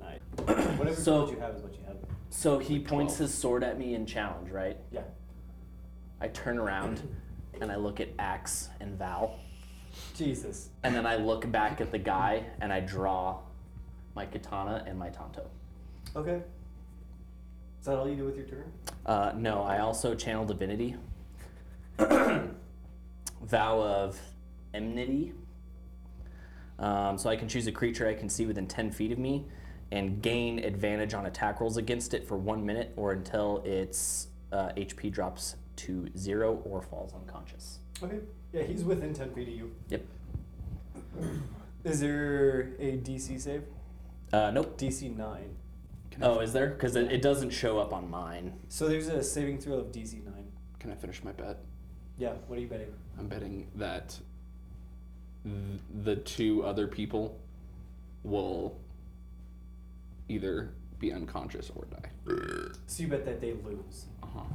[SPEAKER 6] Nice. Whatever
[SPEAKER 7] So-
[SPEAKER 6] so, you have is what you have.
[SPEAKER 7] So he points his sword at me in challenge, right?
[SPEAKER 6] Yeah.
[SPEAKER 7] I turn around and I look at Axe and Val,
[SPEAKER 6] Jesus.
[SPEAKER 7] and then I look back at the guy and I draw my katana and my tanto.
[SPEAKER 6] Okay. Is that all you do with your turn?
[SPEAKER 7] Uh, no, I also channel divinity. Vow of enmity. Um, so I can choose a creature I can see within 10 feet of me and gain advantage on attack rolls against it for one minute or until its uh, HP drops to zero or falls unconscious.
[SPEAKER 6] Okay. Yeah, he's within 10 feet of you.
[SPEAKER 7] Yep.
[SPEAKER 6] Is there a DC save?
[SPEAKER 7] Uh, nope.
[SPEAKER 6] DC 9.
[SPEAKER 7] Oh, is there? Because it, it doesn't show up on mine.
[SPEAKER 6] So there's a saving throw of DC 9.
[SPEAKER 9] Can I finish my bet?
[SPEAKER 6] Yeah, what are you betting?
[SPEAKER 9] I'm betting that th- the two other people will either be unconscious or die. Uh-huh.
[SPEAKER 6] So you bet that they lose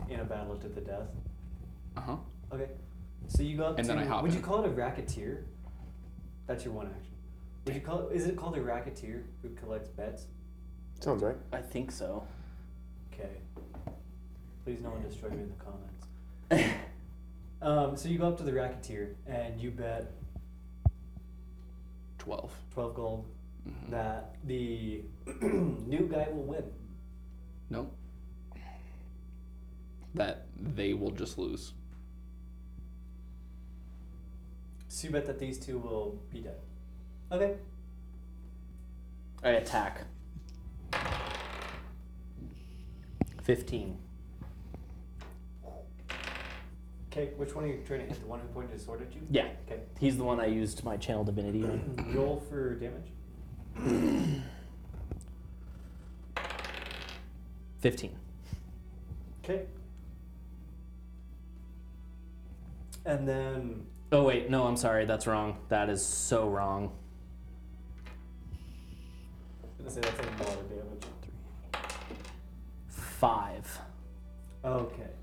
[SPEAKER 6] in a battle to the death.
[SPEAKER 9] Uh huh.
[SPEAKER 6] Okay. So you go up
[SPEAKER 9] And
[SPEAKER 6] to,
[SPEAKER 9] then I hop
[SPEAKER 6] Would
[SPEAKER 9] in.
[SPEAKER 6] you call it a racketeer? That's your one action. Would you call it, is it called a racketeer who collects bets?
[SPEAKER 3] Sounds right.
[SPEAKER 7] I think so.
[SPEAKER 6] Okay. Please, no one destroy me in the comments. um, so you go up to the racketeer and you bet
[SPEAKER 9] 12.
[SPEAKER 6] 12 gold
[SPEAKER 9] Mm-hmm.
[SPEAKER 6] that the new guy will win.
[SPEAKER 9] No. That they will just lose.
[SPEAKER 6] So you bet that these two will be dead. Okay.
[SPEAKER 7] I attack. 15.
[SPEAKER 6] Okay, which one are you trying to hit? The one who pointed his sword at you?
[SPEAKER 7] Yeah.
[SPEAKER 6] Okay.
[SPEAKER 7] He's the one I used my channel divinity on.
[SPEAKER 9] Mm-hmm.
[SPEAKER 6] Roll for damage.
[SPEAKER 7] 15.
[SPEAKER 6] Okay. And then
[SPEAKER 7] Oh, wait. No, I'm sorry. That's wrong. That is so wrong.
[SPEAKER 6] I'm gonna say that's a lot of damage.
[SPEAKER 7] Five.
[SPEAKER 6] Okay.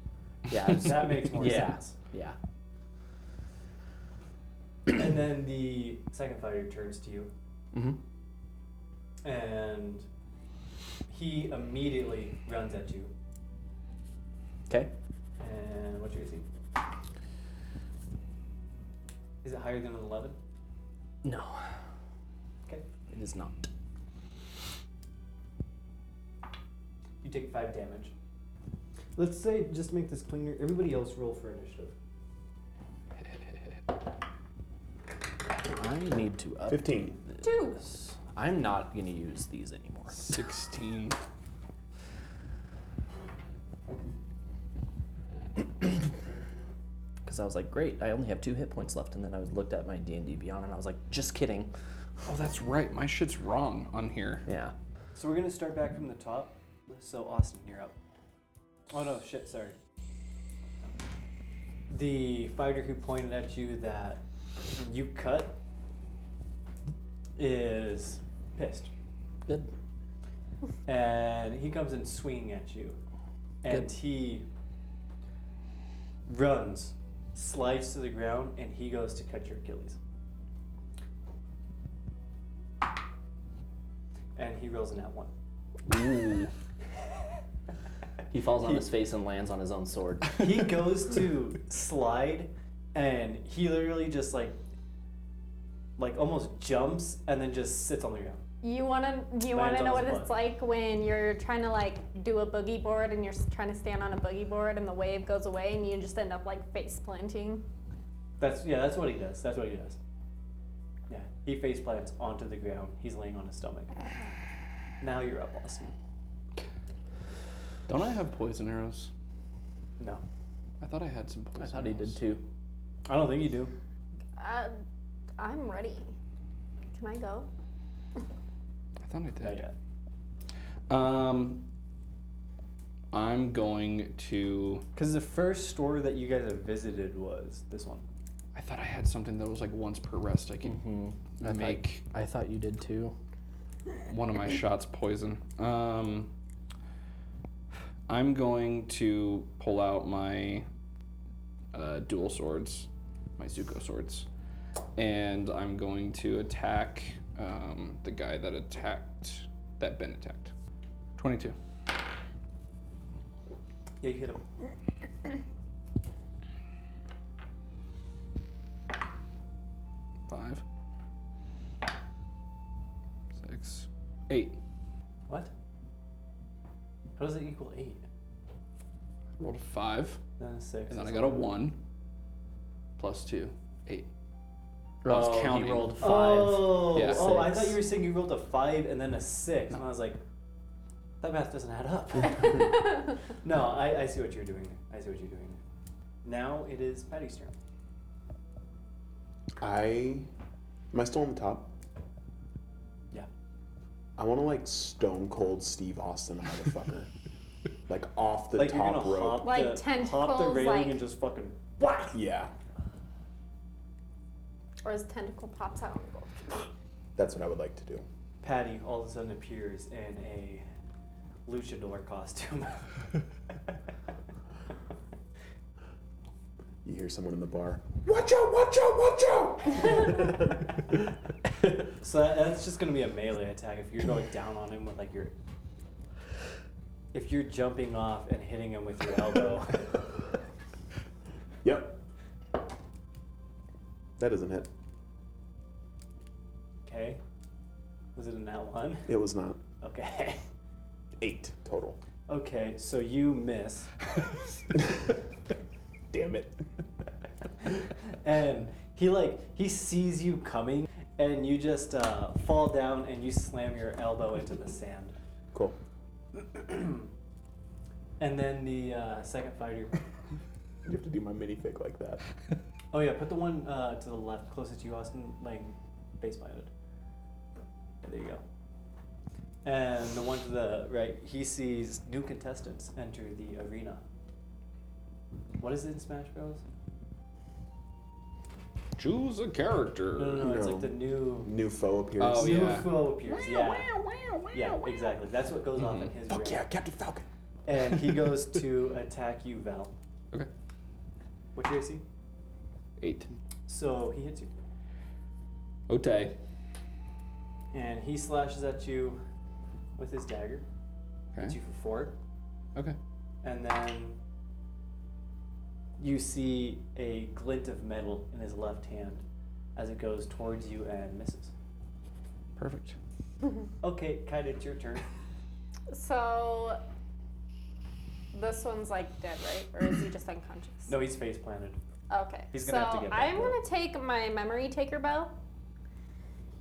[SPEAKER 7] Yeah. I was-
[SPEAKER 6] that makes more
[SPEAKER 7] yeah,
[SPEAKER 6] sense.
[SPEAKER 7] Yeah.
[SPEAKER 6] And then the second fighter turns to you,
[SPEAKER 7] Mhm.
[SPEAKER 6] and he immediately runs at you.
[SPEAKER 7] Okay.
[SPEAKER 6] And what's your AC? Is it higher than an eleven?
[SPEAKER 7] No.
[SPEAKER 6] Okay.
[SPEAKER 7] It is not.
[SPEAKER 6] You take five damage. Let's say just make this cleaner. Everybody else roll for initiative.
[SPEAKER 7] I need to up.
[SPEAKER 3] 15.
[SPEAKER 7] Two. I'm not going to use these anymore.
[SPEAKER 9] 16.
[SPEAKER 7] Because I was like, great, I only have two hit points left. And then I was looked at my D&D Beyond and I was like, just kidding.
[SPEAKER 9] Oh, that's right. My shit's wrong on here.
[SPEAKER 7] Yeah.
[SPEAKER 6] So we're gonna start back from the top. So Austin, you're up. Oh no, shit, sorry. The fighter who pointed at you that you cut is pissed.
[SPEAKER 7] Good.
[SPEAKER 6] And he comes in swinging at you. And
[SPEAKER 7] Good.
[SPEAKER 6] he runs, slides to the ground, and he goes to cut your Achilles. And he rolls an at one.
[SPEAKER 7] Ooh. he falls on his face and lands on his own sword.
[SPEAKER 6] he goes to slide and he literally just like like almost jumps and then just sits on the ground
[SPEAKER 8] You wanna you
[SPEAKER 6] Lands
[SPEAKER 8] wanna
[SPEAKER 6] on
[SPEAKER 8] know
[SPEAKER 6] his
[SPEAKER 8] what it's
[SPEAKER 6] butt.
[SPEAKER 8] like when you're trying to like do a boogie board and you're s- trying to stand on a boogie board and the wave goes away and you just end up like face planting.
[SPEAKER 6] that's yeah that's what he does that's what he does yeah he face plants onto the ground he's laying on his stomach now you're up austin
[SPEAKER 9] Don't I have poison arrows?
[SPEAKER 6] no
[SPEAKER 9] I thought I had some poison
[SPEAKER 7] I thought he
[SPEAKER 9] arrows.
[SPEAKER 7] did too.
[SPEAKER 6] i don't think you do
[SPEAKER 8] Uh, I'm ready. Can I go?
[SPEAKER 9] I thought I did.
[SPEAKER 6] not yet
[SPEAKER 9] Um, I'm going to.
[SPEAKER 6] because the first store that you guys have visited was this one
[SPEAKER 9] I thought I had something that was like once per rest. I could
[SPEAKER 7] I thought-
[SPEAKER 9] make
[SPEAKER 7] Mm-hmm. I thought you did too.
[SPEAKER 9] one of my shots poison. Um, I'm going to pull out my uh, dual swords, my Zuko swords, and I'm going to attack um, the guy that attacked, that Ben attacked. 22.
[SPEAKER 6] yeah you hit him
[SPEAKER 9] Five. Six. Eight.
[SPEAKER 6] what how does it equal eight
[SPEAKER 9] Rolled a five.
[SPEAKER 6] then a six
[SPEAKER 9] And then I
[SPEAKER 6] is
[SPEAKER 9] got a
[SPEAKER 6] eleven.
[SPEAKER 9] one. Plus two. Eight. I was
[SPEAKER 7] Oh,
[SPEAKER 9] counting.
[SPEAKER 7] he rolled five.
[SPEAKER 6] Oh,
[SPEAKER 9] Yeah.
[SPEAKER 6] oh I
[SPEAKER 7] Six.
[SPEAKER 6] thought you were saying you rolled a five and then a six, and I was like, that math doesn't add up. no, I, I see what you're doing there. I see what you're doing there. Now it is Patty's turn.
[SPEAKER 3] I. Am I still on the top?
[SPEAKER 6] Yeah.
[SPEAKER 3] I want to like Stone Cold Steve Austin, motherfucker. like off the
[SPEAKER 6] like you're
[SPEAKER 3] top
[SPEAKER 6] gonna
[SPEAKER 3] rope.
[SPEAKER 6] hop
[SPEAKER 8] Like
[SPEAKER 6] the, hop the
[SPEAKER 8] tentacles,
[SPEAKER 6] railing
[SPEAKER 8] like-
[SPEAKER 6] and just fucking
[SPEAKER 3] Yeah,
[SPEAKER 8] Or his tentacle pops out and goes.
[SPEAKER 3] that's what I would like to do.
[SPEAKER 6] Patty all of a sudden appears in a luchador costume.
[SPEAKER 3] You hear someone in the bar.
[SPEAKER 6] Watch out! Watch out! Watch out! so that, that's just gonna be a melee attack if you're going down on him with like your. If you're jumping off and hitting him with your elbow,
[SPEAKER 3] Yep. That doesn't hit.
[SPEAKER 6] okay. Was it in that one?
[SPEAKER 3] It was not.
[SPEAKER 6] Okay.
[SPEAKER 3] Eight total.
[SPEAKER 6] Okay, so you miss,
[SPEAKER 3] Damn it.
[SPEAKER 6] and he like he sees you coming, and you just uh, fall down and you slam your elbow into the sand.
[SPEAKER 3] Cool.
[SPEAKER 6] And then the uh, second fighter.
[SPEAKER 3] You have to do my minifig like that.
[SPEAKER 6] Oh yeah, put the one uh, to the left, closest to you, Austin, like base planted. Yeah, there you go. And the one to the right, he sees new contestants enter the arena. What is it in Smash Bros?
[SPEAKER 9] Choose a character.
[SPEAKER 6] No, no, no, it's like the new
[SPEAKER 3] New foe appears.
[SPEAKER 9] Oh,
[SPEAKER 6] new
[SPEAKER 9] yeah.
[SPEAKER 6] foe appears. yeah, yeah,
[SPEAKER 1] wow.
[SPEAKER 6] exactly. That's what goes
[SPEAKER 9] Mm-hmm.
[SPEAKER 6] off in his
[SPEAKER 3] Fuck
[SPEAKER 6] ring.
[SPEAKER 3] yeah, Captain Falcon.
[SPEAKER 6] And he goes to attack you, Val.
[SPEAKER 9] Okay.
[SPEAKER 6] What's your AC?
[SPEAKER 9] Eight.
[SPEAKER 6] So he hits you.
[SPEAKER 9] Okay.
[SPEAKER 6] And he slashes at you with his dagger. Hits
[SPEAKER 9] Okay.
[SPEAKER 6] you for four.
[SPEAKER 9] Okay.
[SPEAKER 6] And then you see a glint of metal in his left hand as it goes towards you and misses.
[SPEAKER 9] Perfect.
[SPEAKER 6] Okay, Kaida, it's your turn.
[SPEAKER 8] So this one's like dead, right? Or is he just unconscious?
[SPEAKER 6] No, he's face planted.
[SPEAKER 8] Okay.
[SPEAKER 6] He's gonna
[SPEAKER 8] so
[SPEAKER 6] have to get back
[SPEAKER 8] I'm
[SPEAKER 6] to
[SPEAKER 8] gonna take my memory taker bow.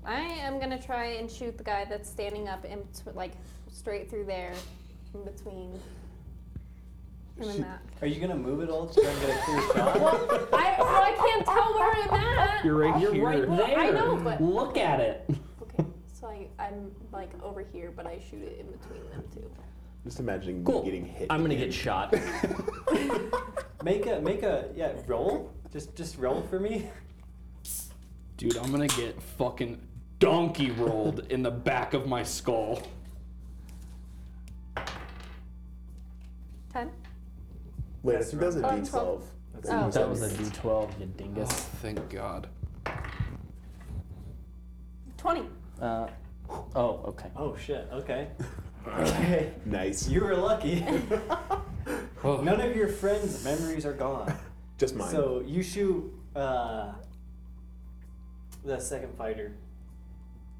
[SPEAKER 8] I am gonna try and shoot the guy that's standing up in between, like straight through there, in between him and that.
[SPEAKER 6] Are you gonna move it all to try and get a clear shot?
[SPEAKER 8] Well, I, well, I can't tell where I'm at.
[SPEAKER 9] You're right
[SPEAKER 7] You're
[SPEAKER 9] here.
[SPEAKER 7] right
[SPEAKER 8] Well,
[SPEAKER 7] there.
[SPEAKER 8] I know, but-
[SPEAKER 7] look at it.
[SPEAKER 8] Okay, so I, I'm like over here, but I shoot it in between them two.
[SPEAKER 3] Just imagining
[SPEAKER 7] Cool.
[SPEAKER 3] me getting hit.
[SPEAKER 7] I'm gonna get shot.
[SPEAKER 6] Make a make a yeah roll. Just just roll for me.
[SPEAKER 9] Dude, I'm gonna get fucking donkey rolled in the back of my skull.
[SPEAKER 8] Ten.
[SPEAKER 3] Wait,
[SPEAKER 6] That's
[SPEAKER 3] it does a
[SPEAKER 8] right.
[SPEAKER 3] D12.
[SPEAKER 6] That's
[SPEAKER 8] Oh.
[SPEAKER 7] that was a D12, you dingus.
[SPEAKER 9] Thank God.
[SPEAKER 8] Twenty.
[SPEAKER 7] Uh, oh, okay.
[SPEAKER 6] Oh shit. Okay. Okay.
[SPEAKER 3] Nice.
[SPEAKER 6] You were lucky.
[SPEAKER 9] Oh.
[SPEAKER 6] None of your friends' memories are gone.
[SPEAKER 3] Just mine.
[SPEAKER 6] So you shoot uh, the second fighter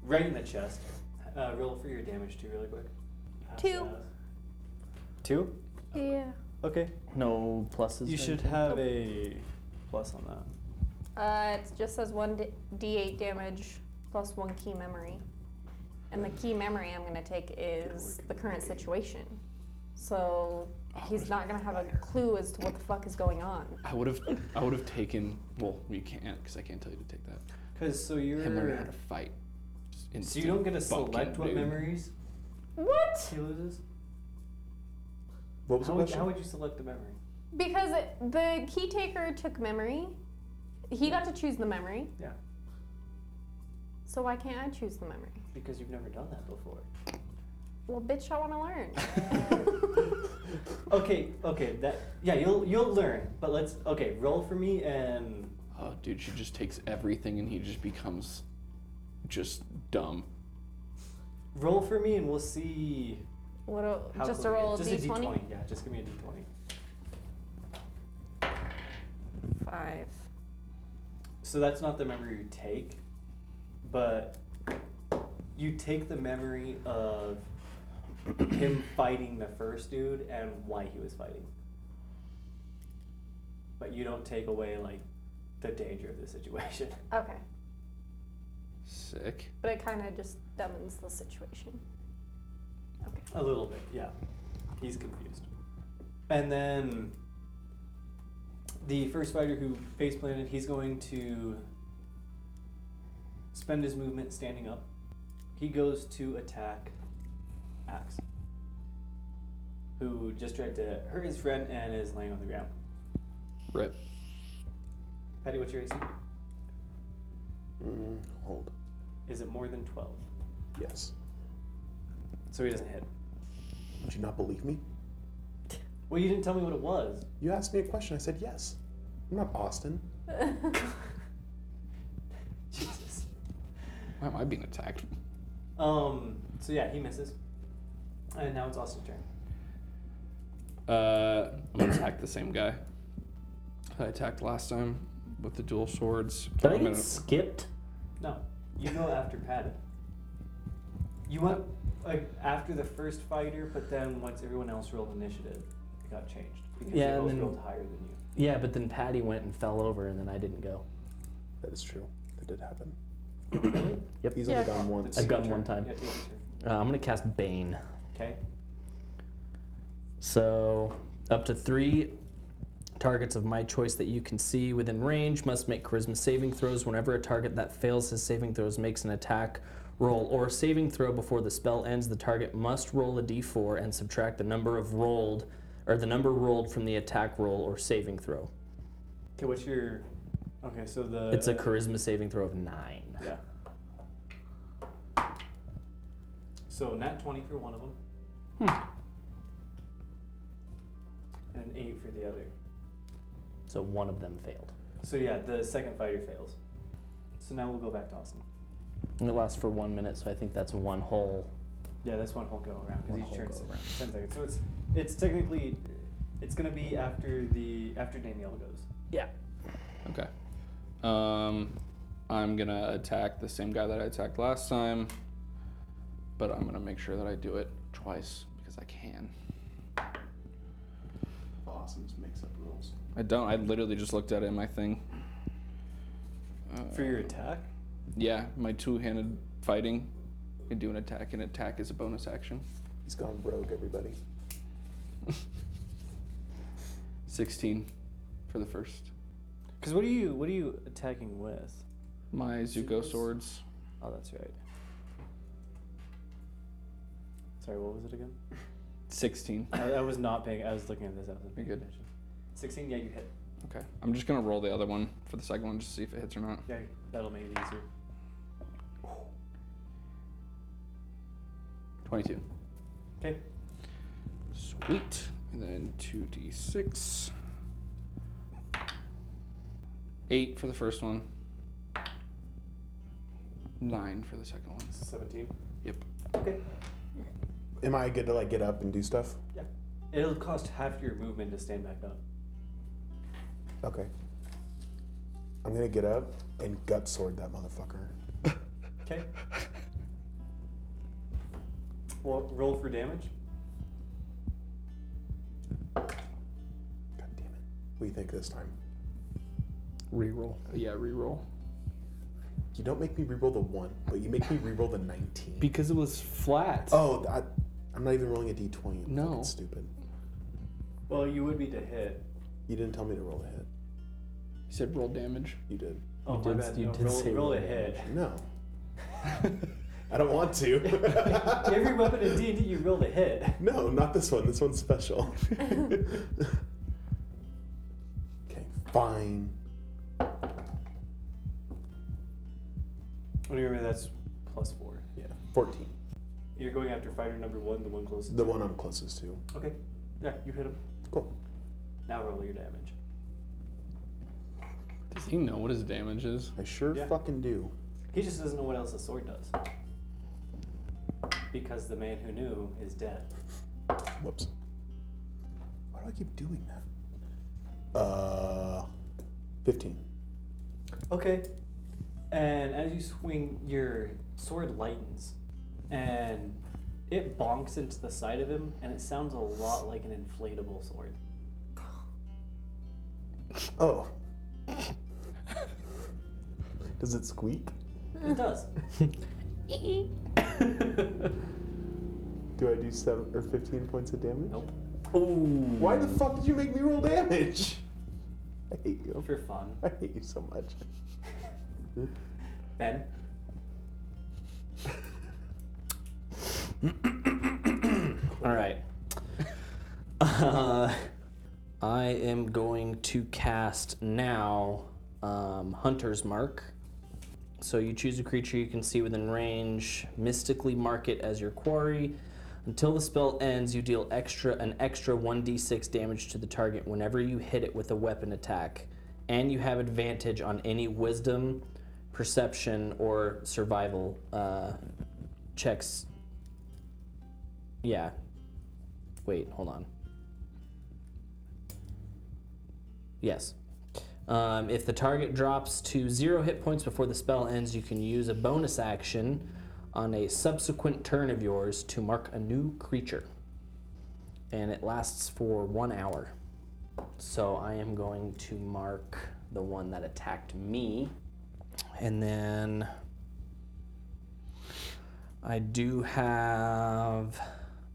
[SPEAKER 6] right in the chest. Uh, roll for your damage too, really quick. Pass
[SPEAKER 8] Two.
[SPEAKER 6] that. Two.
[SPEAKER 8] Yeah.
[SPEAKER 6] Okay.
[SPEAKER 7] No pluses.
[SPEAKER 6] You
[SPEAKER 7] or
[SPEAKER 6] should
[SPEAKER 7] anything?
[SPEAKER 6] have a plus on that.
[SPEAKER 8] Uh, it just says one d- d8 damage plus one key memory. And the key memory I'm going to take is the current situation. So he's not going to have a clue as to what the fuck is going on.
[SPEAKER 9] I would have, I would have taken. Well, you can't because I can't tell you to take that.
[SPEAKER 6] Cause so you're.
[SPEAKER 9] Him learning how to fight. Just
[SPEAKER 6] So
[SPEAKER 9] instant
[SPEAKER 6] you don't get to
[SPEAKER 9] fucking
[SPEAKER 6] select what
[SPEAKER 9] dude.
[SPEAKER 6] memories
[SPEAKER 8] What?
[SPEAKER 6] he loses.
[SPEAKER 3] what was
[SPEAKER 6] How
[SPEAKER 3] the
[SPEAKER 6] would,
[SPEAKER 3] question?
[SPEAKER 6] how would you select the memory?
[SPEAKER 8] Because it, the key taker took memory. He got to choose the memory.
[SPEAKER 6] Yeah.
[SPEAKER 8] So why can't I choose the memory?
[SPEAKER 6] Because you've never done that before.
[SPEAKER 8] Well, bitch, I want to learn.
[SPEAKER 6] Okay, okay, that yeah, you'll you'll learn. But let's okay, roll for me and
[SPEAKER 9] Oh, dude, she just takes everything and he just becomes, just dumb.
[SPEAKER 6] roll for me and we'll see
[SPEAKER 8] what a,
[SPEAKER 6] how
[SPEAKER 8] just
[SPEAKER 6] close it
[SPEAKER 8] a
[SPEAKER 6] is.
[SPEAKER 8] roll of
[SPEAKER 6] just a
[SPEAKER 8] d20?
[SPEAKER 6] D20. Yeah, just give me a d20.
[SPEAKER 8] Five.
[SPEAKER 6] So that's not the memory you take, but you take the memory of him fighting the first dude and why he was fighting. But you don't take away like the danger of the situation.
[SPEAKER 8] Okay.
[SPEAKER 9] Sick.
[SPEAKER 8] But it kind of just dumbens the situation. Okay.
[SPEAKER 6] A little bit, yeah. He's confused. And then the first fighter who face planted, he's going to spend his movement standing up. He goes to attack Axe, who just tried to hurt his friend and is laying on the ground.
[SPEAKER 9] Rip.
[SPEAKER 6] Patty, what's your AC?
[SPEAKER 3] Mm, hold.
[SPEAKER 6] Is it more than 12?
[SPEAKER 3] Yes.
[SPEAKER 6] So he doesn't hit.
[SPEAKER 3] Would you not believe me?
[SPEAKER 6] Well, you didn't tell me what it was.
[SPEAKER 3] You asked me a question. I said yes. I'm not Austin.
[SPEAKER 6] Jesus.
[SPEAKER 9] Why am I being attacked?
[SPEAKER 6] Um. So yeah, he misses. And now it's Austin's turn.
[SPEAKER 9] Uh, I'm gonna attack the same guy. I attacked last time with the dual swords.
[SPEAKER 7] Did I
[SPEAKER 9] I'm
[SPEAKER 7] get
[SPEAKER 9] gonna-
[SPEAKER 7] skipped?
[SPEAKER 6] No, you go after Patty. You went like after the first fighter, but then once everyone else rolled initiative, it got changed because
[SPEAKER 7] Yeah,
[SPEAKER 6] they
[SPEAKER 7] and
[SPEAKER 6] both
[SPEAKER 7] then-
[SPEAKER 6] rolled higher than you.
[SPEAKER 7] Yeah, but then Patty went and fell over, and then I didn't go.
[SPEAKER 3] That is true. That did happen.
[SPEAKER 7] Yep.
[SPEAKER 3] He's
[SPEAKER 8] Yeah.
[SPEAKER 3] only gone once.
[SPEAKER 7] I gun one time.
[SPEAKER 6] Yeah, take your turn.
[SPEAKER 7] Uh, I'm gonna cast Bane.
[SPEAKER 6] Okay.
[SPEAKER 7] So, up to three targets of my choice that you can see within range must make charisma saving throws. Whenever a target that fails his saving throws makes an attack roll or saving throw before the spell ends, the target must roll a d4 and subtract the number of rolled or the number rolled from the attack roll or saving throw.
[SPEAKER 6] Okay, what's your? Okay, so the
[SPEAKER 7] It's a charisma saving throw of nine.
[SPEAKER 6] Yeah. So nat twenty for one of them.
[SPEAKER 7] Hmm.
[SPEAKER 6] And an eight for the other.
[SPEAKER 7] So one of them failed.
[SPEAKER 6] So yeah, the second fighter fails. So now we'll go back to Austin.
[SPEAKER 7] And it lasts for one minute, so I think that's one whole.
[SPEAKER 6] Yeah, that's one whole go around because
[SPEAKER 7] One
[SPEAKER 6] each
[SPEAKER 7] whole
[SPEAKER 6] turn's
[SPEAKER 7] go around.
[SPEAKER 6] ten seconds. So it's it's technically it's gonna be after the after Danielle goes.
[SPEAKER 7] Yeah.
[SPEAKER 9] Okay. Um, I'm gonna attack the same guy that I attacked last time, but I'm gonna make sure that I do it twice because I can.
[SPEAKER 3] Austin just makes up rules.
[SPEAKER 9] I don't. I literally just looked at it in my thing. Uh,
[SPEAKER 6] For your attack,
[SPEAKER 9] yeah, my two-handed fighting. I do an attack, and attack is a bonus action.
[SPEAKER 3] He's gone rogue, everybody.
[SPEAKER 9] 16 for the first.
[SPEAKER 6] because what are you what are you attacking with?
[SPEAKER 9] My Zuko
[SPEAKER 6] Zuko's-
[SPEAKER 9] swords.
[SPEAKER 6] Oh, that's right. Sorry, what was it again?
[SPEAKER 9] 16.
[SPEAKER 6] I, I was not paying. I was looking at this. I was
[SPEAKER 9] You're good.
[SPEAKER 6] Sixteen. Yeah, you hit.
[SPEAKER 9] Okay. I'm just gonna roll the other one for the second one just to see if it hits or not.
[SPEAKER 6] Yeah, that'll make it easier.
[SPEAKER 9] 22.
[SPEAKER 6] Okay.
[SPEAKER 9] Sweet. And then 2d6. 8 for the first one. 9 for the second one.
[SPEAKER 6] Seventeen.
[SPEAKER 9] Yep.
[SPEAKER 6] Okay.
[SPEAKER 3] Am I good to like get up and do stuff?
[SPEAKER 6] Yeah. It'll cost half your movement to stand back up.
[SPEAKER 3] Okay. I'm gonna get up and gut sword that motherfucker.
[SPEAKER 6] Okay. Well, roll for damage.
[SPEAKER 3] God damn it. What do you think this time?
[SPEAKER 7] Reroll.
[SPEAKER 9] Yeah, reroll.
[SPEAKER 3] You don't make me reroll the one, but you make me reroll the 19.
[SPEAKER 9] Because it was flat.
[SPEAKER 3] oh, I, I'm not even rolling a d20. I'm
[SPEAKER 9] No.
[SPEAKER 3] fucking stupid.
[SPEAKER 6] Well, you would be to hit.
[SPEAKER 3] You didn't tell me to roll a hit.
[SPEAKER 9] You said roll damage.
[SPEAKER 3] You did.
[SPEAKER 6] Oh, my
[SPEAKER 7] did-
[SPEAKER 6] bad.
[SPEAKER 7] you
[SPEAKER 6] no,
[SPEAKER 7] did
[SPEAKER 6] roll,
[SPEAKER 7] say
[SPEAKER 6] roll
[SPEAKER 7] roll
[SPEAKER 6] a hit.
[SPEAKER 3] No. I don't want to.
[SPEAKER 6] Every weapon in D&D you roll a hit.
[SPEAKER 3] No, not this one. This one's special. okay, fine.
[SPEAKER 6] Remember, that's plus four.
[SPEAKER 3] Yeah, 14.
[SPEAKER 6] You're going after fighter number one, the one closest.
[SPEAKER 3] The one I'm closest to.
[SPEAKER 6] Okay. Yeah, you hit him.
[SPEAKER 3] Cool.
[SPEAKER 6] Now roll your damage.
[SPEAKER 9] Does he know what his damage is?
[SPEAKER 3] I sure
[SPEAKER 6] Yeah.
[SPEAKER 3] fucking do.
[SPEAKER 6] He just doesn't know what else a sword does. Because the man who knew is dead.
[SPEAKER 3] Whoops. Why do I keep doing that? Uh, 15.
[SPEAKER 6] Okay. And as you swing, your sword lightens. And it bonks into the side of him, and it sounds a lot like an inflatable sword.
[SPEAKER 3] Oh. Does it squeak?
[SPEAKER 6] It does.
[SPEAKER 3] Do I do 7 or 15 points of damage?
[SPEAKER 6] Nope.
[SPEAKER 3] Why the fuck did you make me roll damage? I hate you.
[SPEAKER 6] For fun.
[SPEAKER 3] I hate you so much.
[SPEAKER 6] Ben?
[SPEAKER 7] All right. Uh, I am going to cast now um, Hunter's Mark. So you choose a creature you can see within range, mystically mark it as your quarry. Until the spell ends, you deal extra an extra 1d6 damage to the target whenever you hit it with a weapon attack, and you have advantage on any Wisdom, Perception, or Survival uh, checks yeah. Wait, hold on. Yes. Um, if the target drops to zero hit points before the spell ends, you can use a bonus action on a subsequent turn of yours to mark a new creature. And it lasts for one hour. So I am going to mark the one that attacked me. And then I do have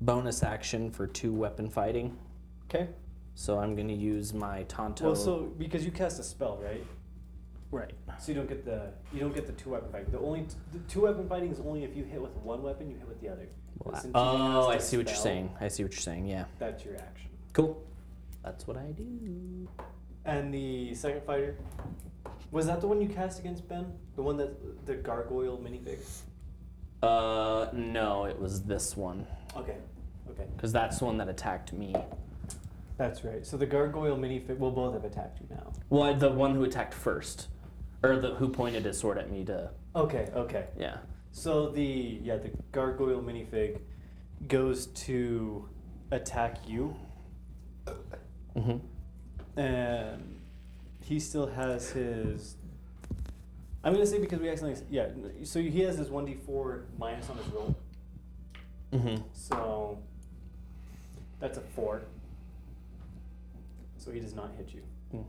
[SPEAKER 7] bonus action for two weapon fighting.
[SPEAKER 6] Okay.
[SPEAKER 7] So I'm going to use my Tonto.
[SPEAKER 6] Well, so because you cast a spell, right?
[SPEAKER 7] Right.
[SPEAKER 6] So you don't get the you don't get the two weapon fighting. The only the two weapon fighting is only if you hit with one weapon, you hit with the other. But since you
[SPEAKER 7] oh,
[SPEAKER 6] cast
[SPEAKER 7] I
[SPEAKER 6] a
[SPEAKER 7] see what you're
[SPEAKER 6] spell,
[SPEAKER 7] saying. I see what you're saying. Yeah.
[SPEAKER 6] That's your action.
[SPEAKER 7] Cool. That's what I do.
[SPEAKER 6] And the second fighter was that the one you cast against Ben? The one that the gargoyle minifig.
[SPEAKER 7] Uh, no, it was this one
[SPEAKER 6] Okay. Okay.
[SPEAKER 7] because that's the one that attacked me.
[SPEAKER 6] That's right. So the gargoyle minifig. Well, both have attacked you now.
[SPEAKER 7] Well, the one who attacked first, or the who pointed his sword at me to.
[SPEAKER 6] Okay. Okay.
[SPEAKER 7] Yeah.
[SPEAKER 6] So the yeah the gargoyle minifig goes to attack you,
[SPEAKER 7] Mm-hmm.
[SPEAKER 6] and he still has his. I'm gonna say because we accidentally yeah so he has his one d four minus on his roll
[SPEAKER 7] Mm-hmm.
[SPEAKER 6] so that's a four. So he does not hit you.
[SPEAKER 7] Mm.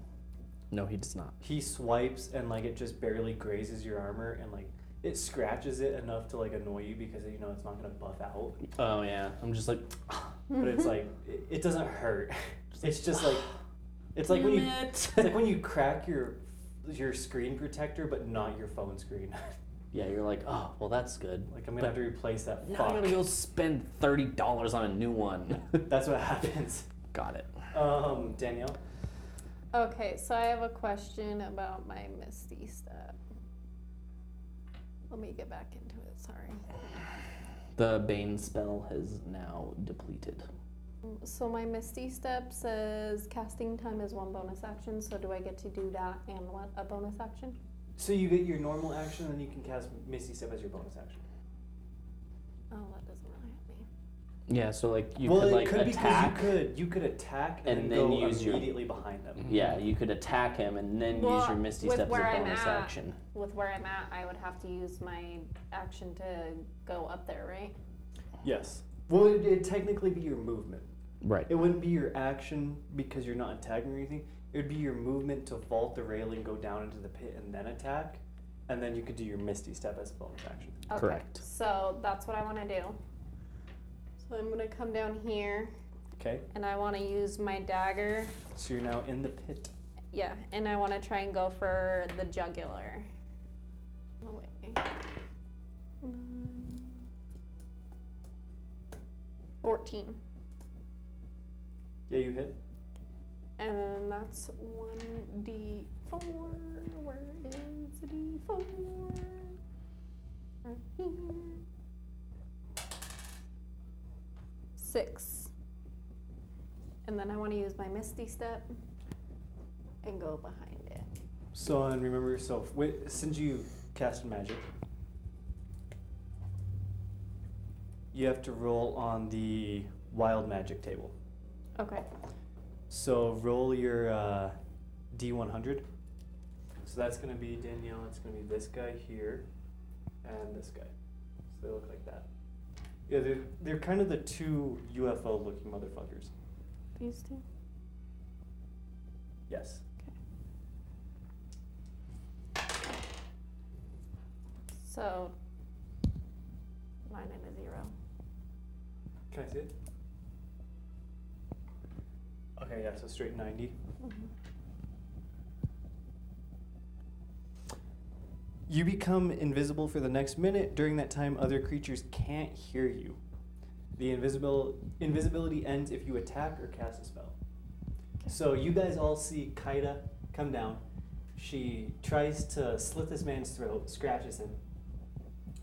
[SPEAKER 7] No, he does not.
[SPEAKER 6] He swipes and like it just barely grazes your armor and like it scratches it enough to like annoy you because you know it's not gonna buff out.
[SPEAKER 7] Oh yeah, I'm just like.
[SPEAKER 6] but
[SPEAKER 7] Mm-hmm.
[SPEAKER 6] it's like it, it doesn't hurt. It's just like it's like when you
[SPEAKER 7] Damn
[SPEAKER 6] it's like when you crack your your screen protector, but not your phone screen.
[SPEAKER 7] Yeah, you're like, oh, well, that's good.
[SPEAKER 6] like I'm gonna
[SPEAKER 7] But
[SPEAKER 6] have to replace that.
[SPEAKER 7] now
[SPEAKER 6] fuck.
[SPEAKER 7] I'm gonna go spend thirty dollars on a new one.
[SPEAKER 6] That's what happens.
[SPEAKER 7] Got it.
[SPEAKER 6] Um, Danielle.
[SPEAKER 8] Okay, so I have a question about my Misty step. Let me get back into it, sorry.
[SPEAKER 7] The Bane spell has now depleted.
[SPEAKER 8] So my Misty Step says casting time is one bonus action, so do I get to do that and what a bonus action?
[SPEAKER 6] So you get your normal action, and you can cast Misty Step as your bonus action.
[SPEAKER 8] Oh, that doesn't really help me.
[SPEAKER 7] Yeah, so like you
[SPEAKER 6] well,
[SPEAKER 7] could
[SPEAKER 6] it
[SPEAKER 7] like
[SPEAKER 6] could
[SPEAKER 7] attack.
[SPEAKER 6] because you could you could attack and,
[SPEAKER 7] And
[SPEAKER 6] then,
[SPEAKER 7] then
[SPEAKER 6] go
[SPEAKER 7] use your- Mm-hmm.
[SPEAKER 6] immediately behind them.
[SPEAKER 7] Yeah, you could attack him and then use your Misty
[SPEAKER 8] with
[SPEAKER 7] Step as a
[SPEAKER 8] where I'm
[SPEAKER 7] bonus
[SPEAKER 8] at-
[SPEAKER 7] action.
[SPEAKER 8] With where I'm at, I would have to use my action to go up there, right?
[SPEAKER 6] Yes. Well, it would technically be your movement.
[SPEAKER 7] Right.
[SPEAKER 6] It wouldn't be your action because you're not attacking or anything. It would be your movement to vault the railing, go down into the pit, and then attack. And then you could do your Misty Step as a bonus action.
[SPEAKER 8] Okay.
[SPEAKER 7] Correct.
[SPEAKER 8] So that's what I want to do. So I'm gonna come down here
[SPEAKER 6] Okay.
[SPEAKER 8] and I want to use my dagger.
[SPEAKER 6] So you're now in the pit.
[SPEAKER 8] Yeah, and I want to try and go for the jugular. Oh, wait. Nine. 14.
[SPEAKER 6] Yeah, you hit.
[SPEAKER 8] And then that's 1d4. Where is the d4? Right here. Six. And then I want to use my Misty Step and go behind it.
[SPEAKER 6] So and remember yourself. Wait, since you cast magic, you have to roll on the wild magic table.
[SPEAKER 8] Okay.
[SPEAKER 6] So roll your uh, D100. So that's going to be Danielle, it's going to be this guy here, and this guy. So they look like that. Yeah, they're, they're kind of the two UFO looking motherfuckers.
[SPEAKER 8] These two.
[SPEAKER 6] Yes.
[SPEAKER 8] So, nine and a zero.
[SPEAKER 6] Can I see it?
[SPEAKER 8] Mm-hmm.
[SPEAKER 6] Okay, yeah, so straight 90.
[SPEAKER 8] Mhm.
[SPEAKER 6] You become invisible for the next minute. During that time, other creatures can't hear you. The invisible invisibility ends if you attack or cast a spell. So you guys all see Kaida come down. She tries to slit this man's throat, scratches him,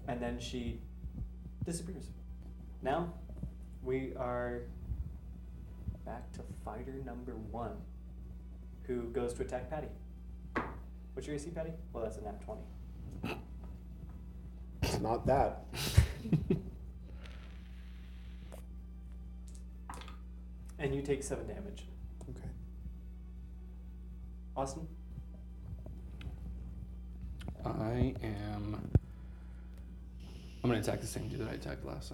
[SPEAKER 6] and then she disappears. Now we are back to fighter number one, who goes to attack Patty. What's your AC, Patty? Well, that's a nap 20.
[SPEAKER 3] It's not that.
[SPEAKER 6] And you take 7 damage.
[SPEAKER 3] Okay.
[SPEAKER 6] Austin?
[SPEAKER 9] I am. I'm gonna attack the same dude that I attacked last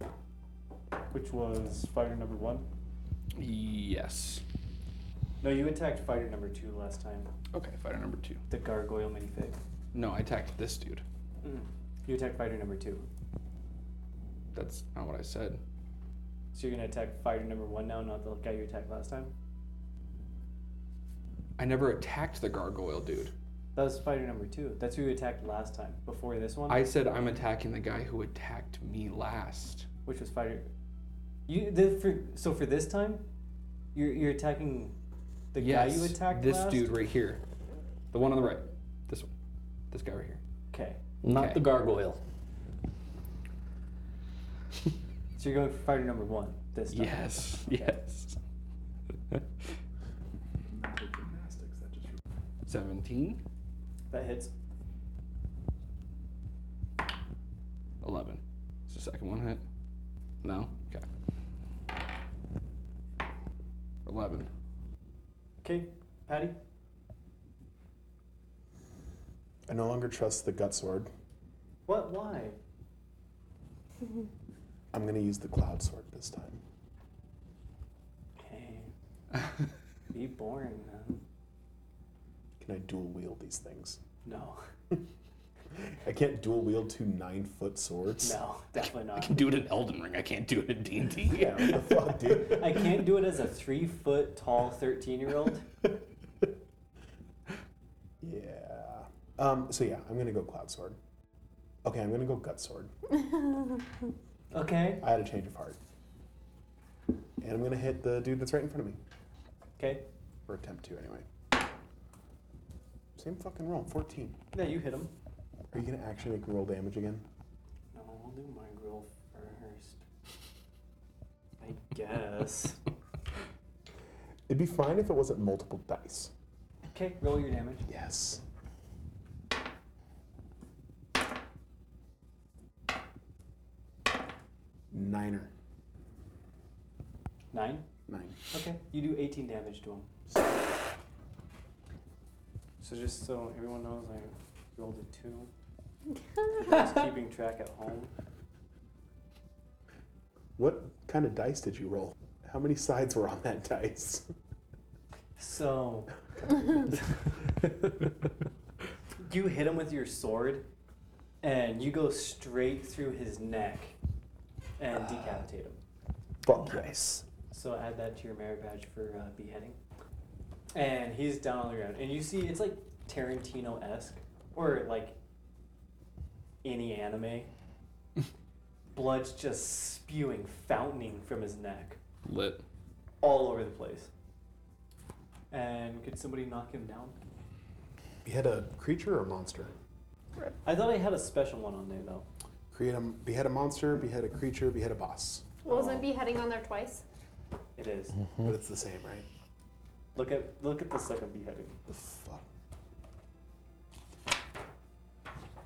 [SPEAKER 9] time.
[SPEAKER 6] Which was fighter number one?
[SPEAKER 9] Yes.
[SPEAKER 6] No, you attacked fighter number two last time.
[SPEAKER 9] Okay, fighter number two.
[SPEAKER 6] The gargoyle minifig.
[SPEAKER 9] No, I attacked this dude.
[SPEAKER 6] Mm. You attack fighter number two.
[SPEAKER 9] That's not what I said.
[SPEAKER 6] So you're gonna attack fighter number one now, not the guy you attacked last time?
[SPEAKER 9] I never attacked the gargoyle dude.
[SPEAKER 6] That was fighter number two. That's who you attacked last time. Before this one?
[SPEAKER 9] I said I'm attacking the guy who attacked me last.
[SPEAKER 6] Which was fighter. You the, for, so for this time, you're you're attacking the guy you
[SPEAKER 9] Yes,
[SPEAKER 6] attacked.
[SPEAKER 9] This
[SPEAKER 6] last?
[SPEAKER 9] dude right here. The one on the right. This one. This guy right here.
[SPEAKER 6] Okay.
[SPEAKER 7] Not the gargoyle.
[SPEAKER 6] So you're going for fighter number one this time.
[SPEAKER 9] Yes, yes. 17,
[SPEAKER 6] That hits.
[SPEAKER 9] 11. Is the second one hit? No? Okay. 11.
[SPEAKER 6] Okay, Patty.
[SPEAKER 3] I no longer trust the gut sword.
[SPEAKER 6] What? Why?
[SPEAKER 3] I'm gonna use the cloud sword this time.
[SPEAKER 6] Okay. Be boring, man.
[SPEAKER 3] Can I dual wield these things?
[SPEAKER 6] No.
[SPEAKER 3] I can't dual wield two nine foot swords.
[SPEAKER 6] No, definitely not.
[SPEAKER 9] I can do it in Elden Ring. I can't do it in D&D.
[SPEAKER 3] Yeah, what the fuck, dude?
[SPEAKER 6] I can't do it as a three foot tall 13 year old.
[SPEAKER 3] Yeah. Um, so yeah, I'm gonna go cloud sword. Okay, I'm gonna go gut sword.
[SPEAKER 6] Okay.
[SPEAKER 3] I had a change of heart. And I'm gonna hit the dude that's right in front of me.
[SPEAKER 6] Okay.
[SPEAKER 3] Or attempt to anyway. Same fucking roll, 14.
[SPEAKER 6] Yeah, you hit him.
[SPEAKER 3] Are you gonna actually make me roll damage again?
[SPEAKER 6] No, I'll do my roll first. I guess.
[SPEAKER 3] It'd be fine if it wasn't multiple dice.
[SPEAKER 6] Okay, roll your damage.
[SPEAKER 3] Yes. Niner.
[SPEAKER 6] Nine?
[SPEAKER 3] Nine.
[SPEAKER 6] Okay, you do 18 damage to him. So just so everyone knows, I rolled a two. Just keeping track at home.
[SPEAKER 3] What kind of dice did you roll? How many sides were on that dice?
[SPEAKER 6] So you hit him with your sword, and you go straight through his neck and decapitate him.
[SPEAKER 3] Fuck yes.
[SPEAKER 6] So add that to your merit badge for uh, beheading. And he's down on the ground, and you see it's like Tarantino esque or like any anime. Blood's just spewing, fountaining from his neck
[SPEAKER 9] Lit.
[SPEAKER 6] all over the place. And could somebody knock him down?
[SPEAKER 3] You had a creature or a monster?
[SPEAKER 6] I thought I had a special one on there though.
[SPEAKER 3] Create a behead a monster, behead a creature, behead a boss.
[SPEAKER 8] Wasn't beheading on there twice?
[SPEAKER 6] It is.
[SPEAKER 3] But it's the same, right?
[SPEAKER 6] Look at look at the second beheading.
[SPEAKER 3] The fuck.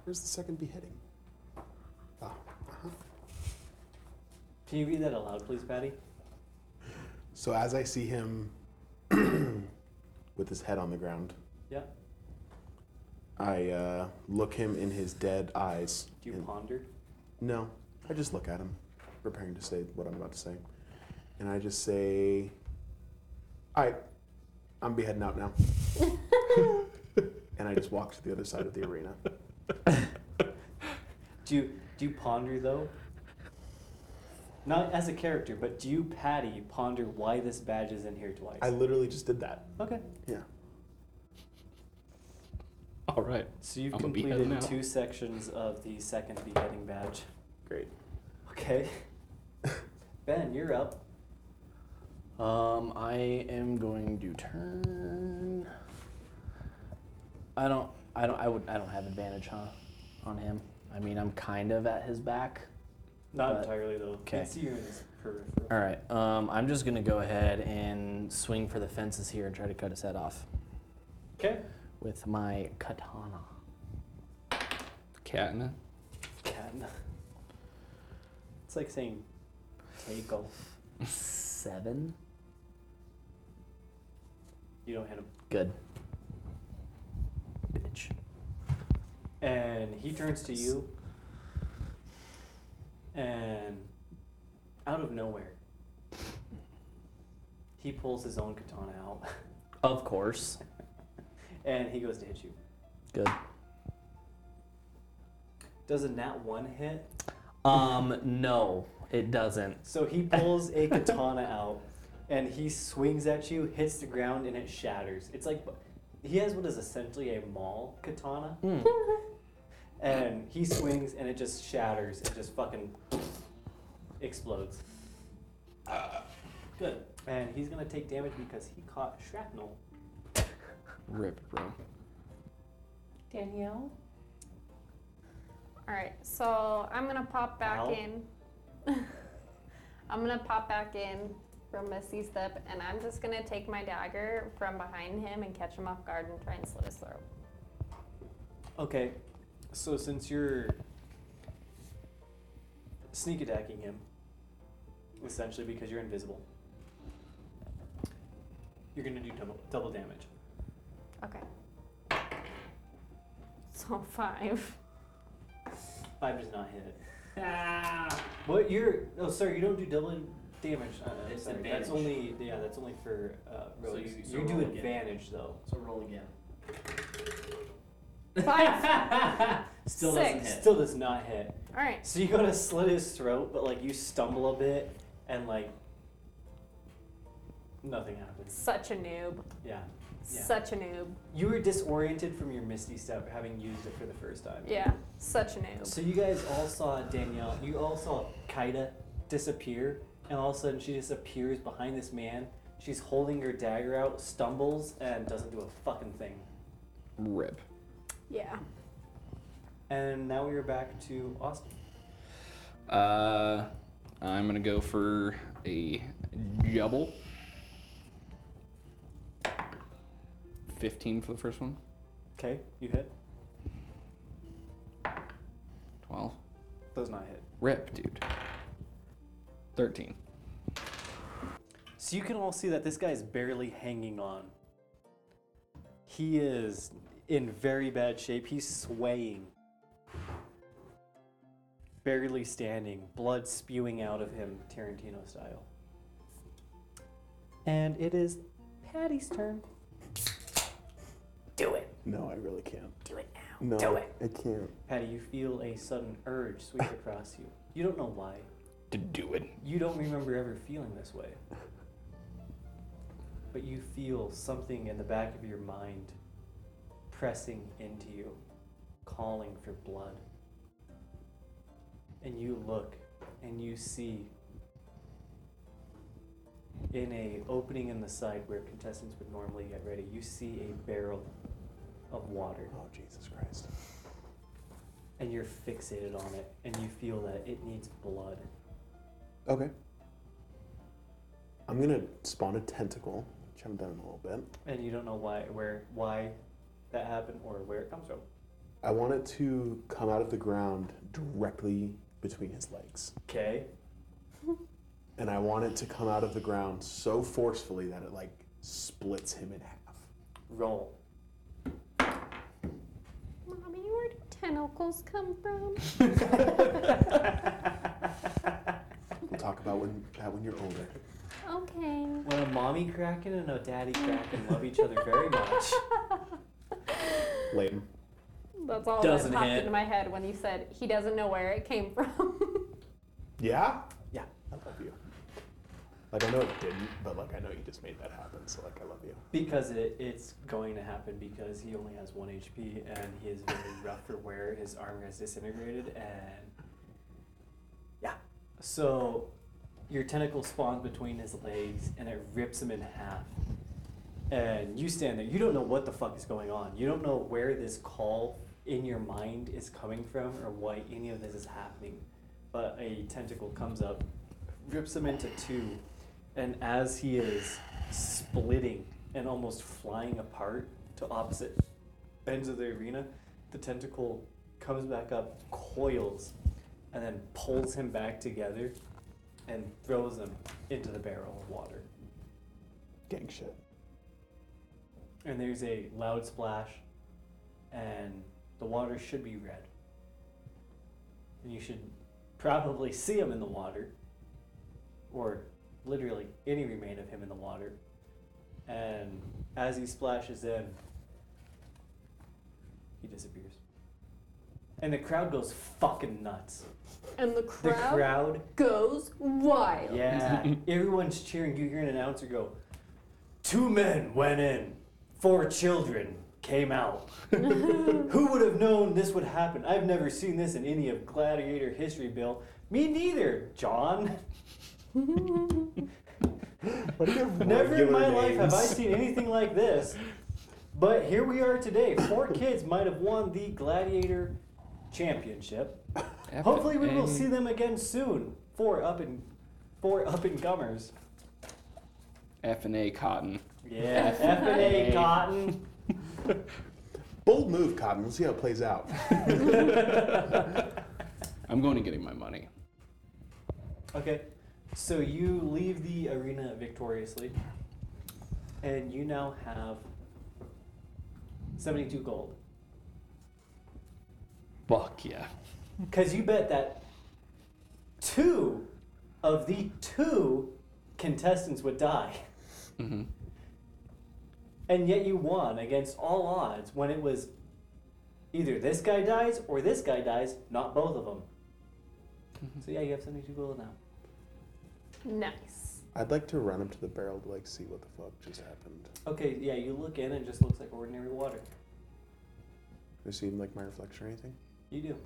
[SPEAKER 3] Where's the second beheading? Ah, uh-huh.
[SPEAKER 6] Can you read that aloud, please, Patty?
[SPEAKER 3] So as I see him with his head on the ground,
[SPEAKER 6] Yeah.
[SPEAKER 3] I uh, look him in his dead eyes.
[SPEAKER 6] Do you
[SPEAKER 3] and-
[SPEAKER 6] ponder?
[SPEAKER 3] No, I just look at him, preparing to say what I'm about to say. And I just say, All right, I'm beheading out now. and I just walk to the other side of the arena.
[SPEAKER 6] Do you do you ponder though? Not as a character, but do you, Patty, ponder why this badge is in here twice?
[SPEAKER 3] I literally just did that.
[SPEAKER 6] okay.
[SPEAKER 3] Yeah.
[SPEAKER 9] All right.
[SPEAKER 6] So you've
[SPEAKER 9] I'm a beheaded
[SPEAKER 6] completed
[SPEAKER 9] now.
[SPEAKER 6] two sections of the second beheading badge. Great. Okay. ben, you're up.
[SPEAKER 7] Um, I am going to turn. I don't. I don't. I would. I don't have advantage, huh? On him. I mean, I'm kind of at his back.
[SPEAKER 6] Not
[SPEAKER 7] but-
[SPEAKER 6] entirely though.
[SPEAKER 7] Okay.
[SPEAKER 6] It's you in his peripheral.
[SPEAKER 7] All right. Um, I'm just gonna go ahead and swing for the fences here and try to cut his head off.
[SPEAKER 6] Okay.
[SPEAKER 7] With my katana.
[SPEAKER 9] Katana.
[SPEAKER 6] Katana. It's like saying tackle.
[SPEAKER 7] Seven.
[SPEAKER 6] You don't hit him.
[SPEAKER 7] Good. Bitch.
[SPEAKER 6] And he turns to you. And out of nowhere, he pulls his own katana out.
[SPEAKER 7] Of course.
[SPEAKER 6] and he goes to hit you.
[SPEAKER 7] Good.
[SPEAKER 6] Does a nat one hit?
[SPEAKER 7] Um, no, it doesn't.
[SPEAKER 6] So he pulls a katana out and he swings at you, hits the ground, and it shatters. It's like he has what is essentially a maul katana.
[SPEAKER 7] Mm.
[SPEAKER 6] And he swings and it just shatters. It just fucking explodes. Good. And he's gonna take damage because he caught shrapnel.
[SPEAKER 9] Rip, bro.
[SPEAKER 8] Danielle. All right, so I'm gonna pop back
[SPEAKER 6] Al?
[SPEAKER 8] in. I'm gonna pop back in from Misty Step, and I'm just gonna take my dagger from behind him and catch him off guard and try and slit his throat.
[SPEAKER 6] Okay. So since you're sneak attacking him, essentially because you're invisible, you're gonna do double double damage.
[SPEAKER 8] Okay. So five.
[SPEAKER 6] Five does not hit.
[SPEAKER 4] Ah.
[SPEAKER 6] What you're? Oh, sorry. You don't do double damage. Uh, I'm
[SPEAKER 4] It's
[SPEAKER 6] sorry.
[SPEAKER 4] advantage.
[SPEAKER 6] That's only yeah. That's only for uh,
[SPEAKER 4] So
[SPEAKER 6] rogues.
[SPEAKER 4] you-
[SPEAKER 6] you,
[SPEAKER 4] so
[SPEAKER 6] do
[SPEAKER 4] roll again.
[SPEAKER 6] advantage though.
[SPEAKER 4] So roll again.
[SPEAKER 8] Five.
[SPEAKER 4] Ah,
[SPEAKER 6] Still
[SPEAKER 8] Six.
[SPEAKER 6] doesn't hit. Still does not hit.
[SPEAKER 8] All right.
[SPEAKER 6] So you go to slit his throat, but like you stumble a bit, and like nothing happens.
[SPEAKER 8] Such a noob.
[SPEAKER 6] Yeah. Yeah.
[SPEAKER 8] Such a noob.
[SPEAKER 6] You were disoriented from your Misty Step having used it for the first time.
[SPEAKER 8] Yeah. Such a noob.
[SPEAKER 6] So you guys all saw Danielle, you all saw Kaida disappear, and all of a sudden she just appears behind this man. She's holding her dagger out, stumbles, and doesn't do a fucking thing.
[SPEAKER 9] Rip.
[SPEAKER 8] Yeah.
[SPEAKER 6] And now we are back to Austin.
[SPEAKER 9] Uh, I'm gonna go for a double. Fifteen for the first one.
[SPEAKER 6] Okay, you hit.
[SPEAKER 9] Twelve.
[SPEAKER 6] Does not hit.
[SPEAKER 9] Rip, dude. Thirteen.
[SPEAKER 6] So you can all see that this guy's barely hanging on. He is in very bad shape. He's swaying. Barely standing, blood spewing out of him, Tarantino style. And it is Patty's turn. Do it.
[SPEAKER 3] No, I really can't.
[SPEAKER 8] Do it now.
[SPEAKER 3] No,
[SPEAKER 6] Do it.
[SPEAKER 3] I can't.
[SPEAKER 6] Patty, you feel a sudden urge sweep across you. You don't know why.
[SPEAKER 9] To do it.
[SPEAKER 6] You don't remember ever feeling this way. But you feel something in the back of your mind pressing into you, calling for blood. And you look and you see in a opening in the side where contestants would normally get ready, you see a barrel of water.
[SPEAKER 3] Oh Jesus Christ!
[SPEAKER 6] And you're fixated on it and you feel that it needs blood.
[SPEAKER 3] Okay. I'm gonna spawn a tentacle, which I haven't done in a little bit.
[SPEAKER 6] and you don't know why where why that happened or where it comes from.
[SPEAKER 3] I want it to come out of the ground directly between his legs.
[SPEAKER 6] Okay.
[SPEAKER 3] and I want it to come out of the ground so forcefully that it like splits him in half.
[SPEAKER 6] Roll.
[SPEAKER 8] Mommy, where do tentacles come from?
[SPEAKER 3] We'll talk about when that when you're older.
[SPEAKER 8] Okay.
[SPEAKER 6] When a mommy kraken and a daddy kraken love each other very much.
[SPEAKER 3] Layton.
[SPEAKER 8] That's all
[SPEAKER 6] Doesn't
[SPEAKER 8] that popped
[SPEAKER 6] hit.
[SPEAKER 8] into my head when you said he doesn't know where it came from.
[SPEAKER 3] Yeah?
[SPEAKER 6] Yeah.
[SPEAKER 3] I love you. Like I know it didn't, but like I know you just made that happen. So like I love you.
[SPEAKER 6] Because it, it's going to happen because he only has one HP and he is very rough for wear. His armor has disintegrated and. Yeah. So your tentacle spawns between his legs and it rips him in half. And you stand there. You don't know what the fuck is going on. You don't know where this call in your mind is coming from or why any of this is happening. But a tentacle comes up, rips him into two, and as he is splitting and almost flying apart to opposite bends of the arena, the tentacle comes back up, coils, and then pulls him back together and throws him into the barrel of water.
[SPEAKER 3] Gang shit.
[SPEAKER 6] And there's a loud splash, and the water should be red. And you should probably see him in the water, or literally any remain of him in the water. And as he splashes in, he disappears. And the crowd goes fucking nuts.
[SPEAKER 8] And the crowd,
[SPEAKER 6] crowd-
[SPEAKER 8] goes wild.
[SPEAKER 6] Yeah, everyone's cheering. You hear an announcer go, Two men went in, four children came out. Who would have known this would happen? I've never seen this in any of gladiator history, Bill. Me neither, John. Never in my life have I seen anything like this. But here we are today. Four kids might have won the gladiator championship. Hopefully, we will see them again soon. Four up and four up and gummers.
[SPEAKER 9] F and A Cotton.
[SPEAKER 6] Yeah, F and A Cotton.
[SPEAKER 3] Bold move, Cotton. We'll see how it plays out.
[SPEAKER 9] I'm going and getting my money.
[SPEAKER 6] Okay, so you leave the arena victoriously, and you now have seventy-two gold.
[SPEAKER 9] Fuck yeah.
[SPEAKER 6] Because you bet that two of the two contestants would die.
[SPEAKER 9] Mhm.
[SPEAKER 6] And yet you won against all odds when it was either this guy dies or this guy dies, not both of them. So yeah, you have 72 gold now.
[SPEAKER 8] Nice.
[SPEAKER 3] I'd like to run up to the barrel to like see what the fuck just happened.
[SPEAKER 6] Okay, yeah, you look in and it just looks like ordinary water.
[SPEAKER 3] Do I see like my reflection or anything?
[SPEAKER 6] You do.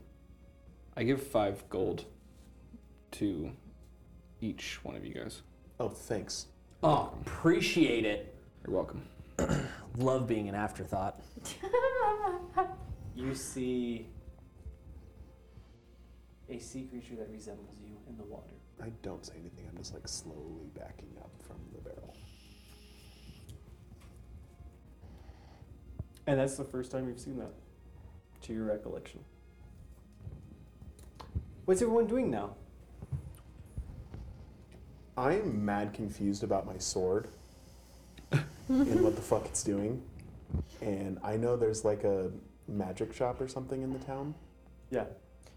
[SPEAKER 9] I give five gold to each one of you guys.
[SPEAKER 3] Oh, thanks.
[SPEAKER 7] Oh, appreciate it.
[SPEAKER 9] You're welcome.
[SPEAKER 7] Love being an afterthought.
[SPEAKER 6] You see a sea creature that resembles you in the water.
[SPEAKER 3] I don't say anything. I'm just like slowly backing up from the barrel.
[SPEAKER 6] And that's the first time you've seen that, to your recollection. What's everyone doing now?
[SPEAKER 3] I am mad confused about my sword and what the fuck it's doing. And I know there's like a magic shop or something in the town.
[SPEAKER 6] Yeah.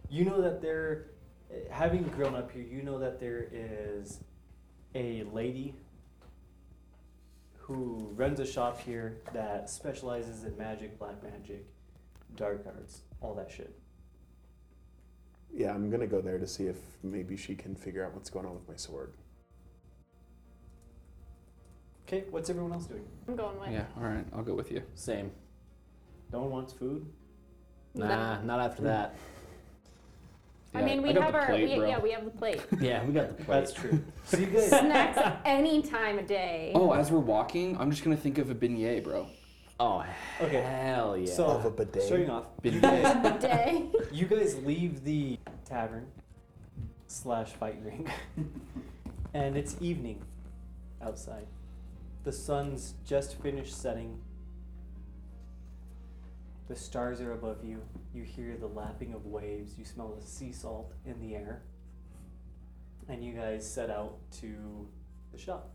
[SPEAKER 6] You know that there, eh, having grown up here, you know that there is a lady who runs a shop here that specializes in magic, black magic, dark arts, all that shit.
[SPEAKER 3] Yeah, I'm gonna go there to see if maybe she can figure out what's going on with my sword.
[SPEAKER 6] Okay, what's everyone else doing?
[SPEAKER 8] I'm going with.
[SPEAKER 9] Yeah, all right. I'll go with you.
[SPEAKER 7] Same.
[SPEAKER 6] No one wants food?
[SPEAKER 7] Nah, not after that.
[SPEAKER 8] I mean, we have our we, yeah, we have the plate.
[SPEAKER 7] Yeah, we got the plate.
[SPEAKER 6] That's true. So you guys,
[SPEAKER 8] Snacks any time of day.
[SPEAKER 9] Oh, as we're walking, I'm just gonna think of a beignet, bro.
[SPEAKER 7] Oh,
[SPEAKER 6] Okay.
[SPEAKER 7] hell yeah.
[SPEAKER 6] so
[SPEAKER 3] Of a bidet.
[SPEAKER 6] starting off, you
[SPEAKER 9] Bidet.
[SPEAKER 6] guys,
[SPEAKER 8] Day.
[SPEAKER 6] you guys leave the tavern slash fight ring, and it's evening outside. The sun's just finished setting. The stars are above you. You hear the lapping of waves. You smell the sea salt in the air. And you guys set out to the shop.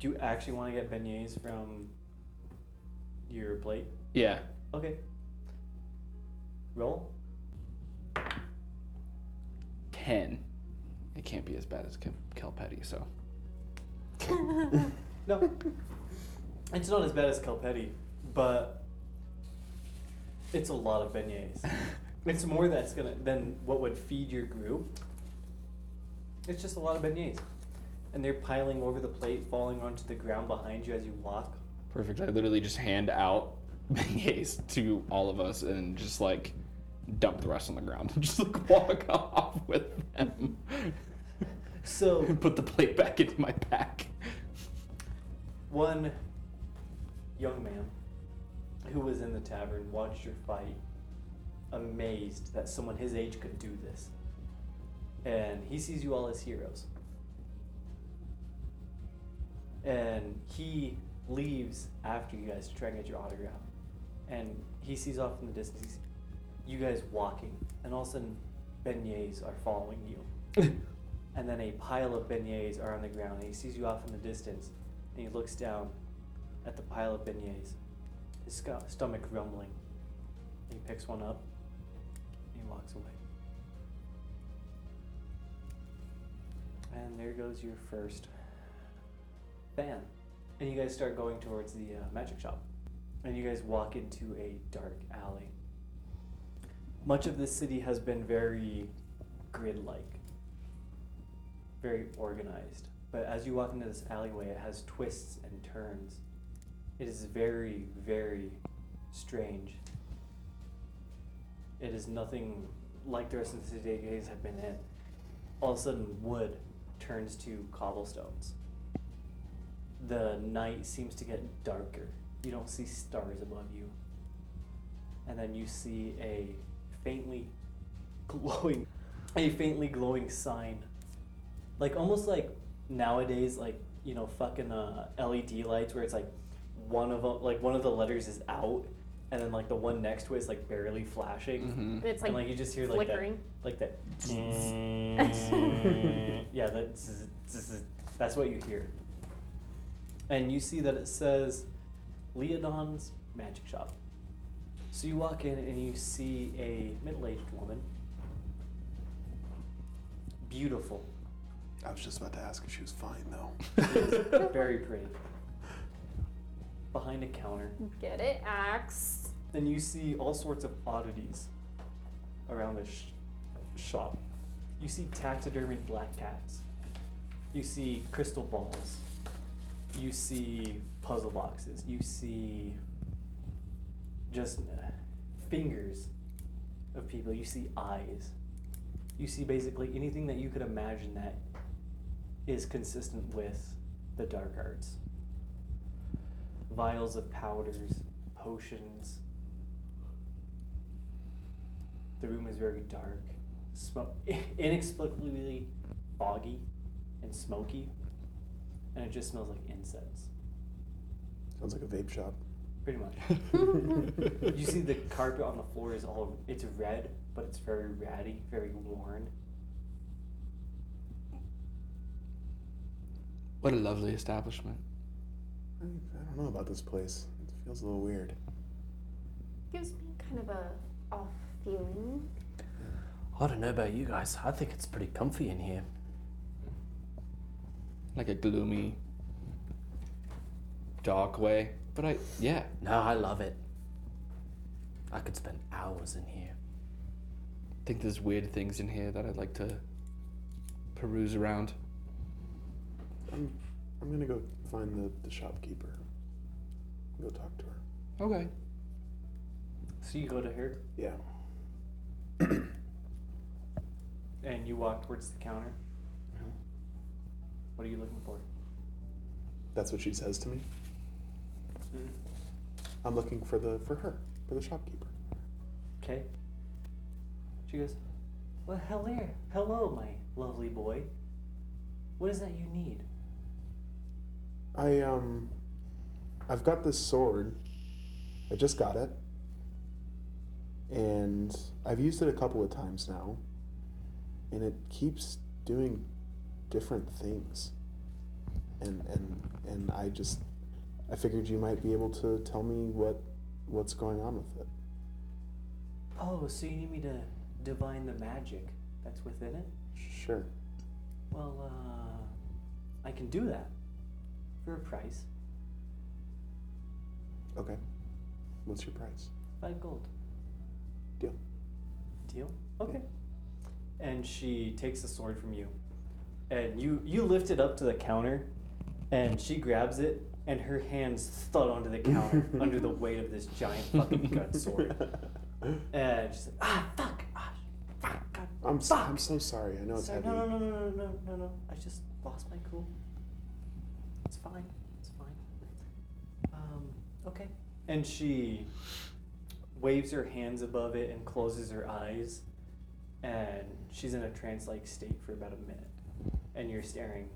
[SPEAKER 6] Do you actually want to get beignets from your plate?
[SPEAKER 9] Yeah.
[SPEAKER 6] Okay. Roll.
[SPEAKER 9] Ten. It can't be as bad as Kel- Kelpetty, so.
[SPEAKER 6] No. it's not as bad as Calpetti, but it's a lot of beignets. it's more that's gonna than what would feed your group. It's just a lot of beignets. and they're piling over the plate, falling onto the ground behind you as you walk.
[SPEAKER 9] Perfect. I literally just hand out beignets to all of us and just like dump the rest on the ground and just like walk off with them.
[SPEAKER 6] So
[SPEAKER 9] put the plate back into my pack.
[SPEAKER 6] One young man who was in the tavern watched your fight, amazed that someone his age could do this. And he sees you all as heroes. And he leaves after you guys to try and get your autograph. And he sees off in the distance you guys walking, and all of a sudden, beignets are following you. and then a pile of beignets are on the ground, and he sees you off in the distance, and he looks down at the pile of beignets, his sco- stomach rumbling. And he picks one up, and he walks away. And there goes your first fan. And you guys start going towards the uh, magic shop. And you guys walk into a dark alley. Much of this city has been very grid like, very organized. But as you walk into this alleyway, it has twists and turns. It is very, very strange. It is nothing like the rest of the city you guys have been in. All of a sudden, wood turns to cobblestones the night seems to get darker. You don't see stars above you. And then you see a faintly glowing a faintly glowing sign. Like almost like nowadays like, you know, fucking uh, LED lights where it's like one of them, like one of the letters is out and then like the one next to it is like barely flashing.
[SPEAKER 9] Mm-hmm.
[SPEAKER 8] Mhm. It's,
[SPEAKER 6] and,
[SPEAKER 8] like,
[SPEAKER 6] like you just hear like
[SPEAKER 8] flickering.
[SPEAKER 6] that like that Yeah, that's that's what you hear and you see that it says Leodon's Magic Shop. So you walk in and you see a middle aged woman. Beautiful.
[SPEAKER 3] I was just about to ask if she was fine, though.
[SPEAKER 6] Very pretty. Behind a counter.
[SPEAKER 8] Get it? Axe.
[SPEAKER 6] And you see all sorts of oddities around this sh- shop. You see taxidermy black cats. You see crystal balls. You see puzzle boxes. You see just uh, fingers of people. You see eyes. You see basically anything that you could imagine that is consistent with the dark arts. Vials of powders, potions. The room is very dark, smo- inexplicably foggy and smoky, and it just smells like incense,
[SPEAKER 3] Sounds like a vape shop.
[SPEAKER 6] pretty much. you see the carpet on the floor is all it's red, but it's very ratty, very worn.
[SPEAKER 9] What a lovely establishment.
[SPEAKER 3] I don't know about this place. It feels a little weird.
[SPEAKER 8] Gives me kind of a off feeling.
[SPEAKER 7] I don't know about you guys. I think it's pretty comfy in here.
[SPEAKER 9] Like a gloomy, dark way. But I, yeah.
[SPEAKER 7] No, I love it. I could spend hours in here.
[SPEAKER 9] I think there's weird things in here that I'd like to peruse around.
[SPEAKER 3] I'm, I'm gonna go find the, the shopkeeper. Go talk to her.
[SPEAKER 9] Okay.
[SPEAKER 6] So you go to her,
[SPEAKER 3] Yeah.
[SPEAKER 6] and you walk towards the counter. What are you looking for?
[SPEAKER 3] That's what she says to me. I'm looking for the for her, for the shopkeeper.
[SPEAKER 6] Okay. She goes, Well, hello, hello, my lovely boy. What is that you need?
[SPEAKER 3] I um I've got this sword. I just got it. And I've used it a couple of times now. And it keeps doing different things. And and and I just I figured you might be able to tell me what what's going on with it.
[SPEAKER 6] Oh, so you need me to divine the magic that's within it?
[SPEAKER 3] Sure.
[SPEAKER 6] Well, uh, I can do that for a price.
[SPEAKER 3] Okay. What's your price?
[SPEAKER 6] Five gold.
[SPEAKER 3] Deal.
[SPEAKER 6] Deal? Okay. And she takes the sword from you and you you lift it up to the counter, and she grabs it, and her hands thud onto the counter under the weight of this giant fucking gut sword. And she's like, ah, fuck, ah, fuck, God,
[SPEAKER 3] I'm, s-
[SPEAKER 6] fuck.
[SPEAKER 3] I'm so sorry. I know it's
[SPEAKER 6] Sorry,
[SPEAKER 3] heavy.
[SPEAKER 6] No, no, no, no, no, no, no, no. I just lost my cool. It's fine. It's fine. Um, okay. And she waves her hands above it and closes her eyes, and she's in a trance-like state for about a minute. And you're staring,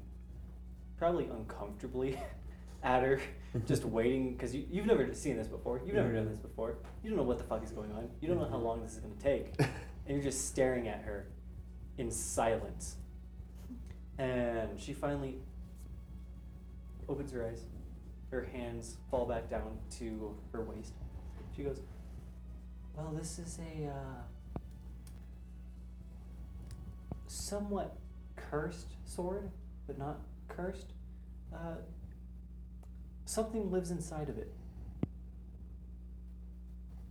[SPEAKER 6] probably uncomfortably, at her, just waiting because you, you've never seen this before. You've never done this before. You don't know what the fuck is going on. You don't know how long this is going to take, and you're just staring at her in silence. And she finally opens her eyes. Her hands fall back down to her waist. She goes, Well, this is a uh, somewhat cursed sword, but not cursed. Uh, something lives inside of it.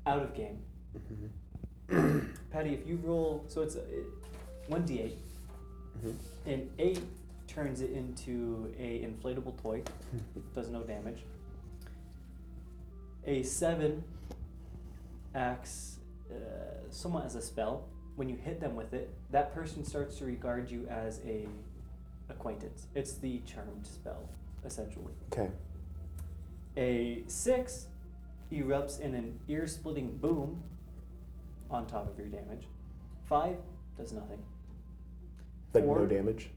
[SPEAKER 6] Out of game.
[SPEAKER 3] Mm-hmm.
[SPEAKER 6] Patty, if you roll, so it's uh, a, it- 1d8.
[SPEAKER 3] Mm-hmm.
[SPEAKER 6] An 8 turns it into a inflatable toy, does no damage. A 7 acts uh, somewhat as a spell. When you hit them with it, that person starts to regard you as a acquaintance. It's the charmed spell, essentially.
[SPEAKER 3] Okay.
[SPEAKER 6] A six erupts in an ear splitting boom on top of your damage. Five does nothing.
[SPEAKER 3] Like no
[SPEAKER 6] Four.
[SPEAKER 3] damage.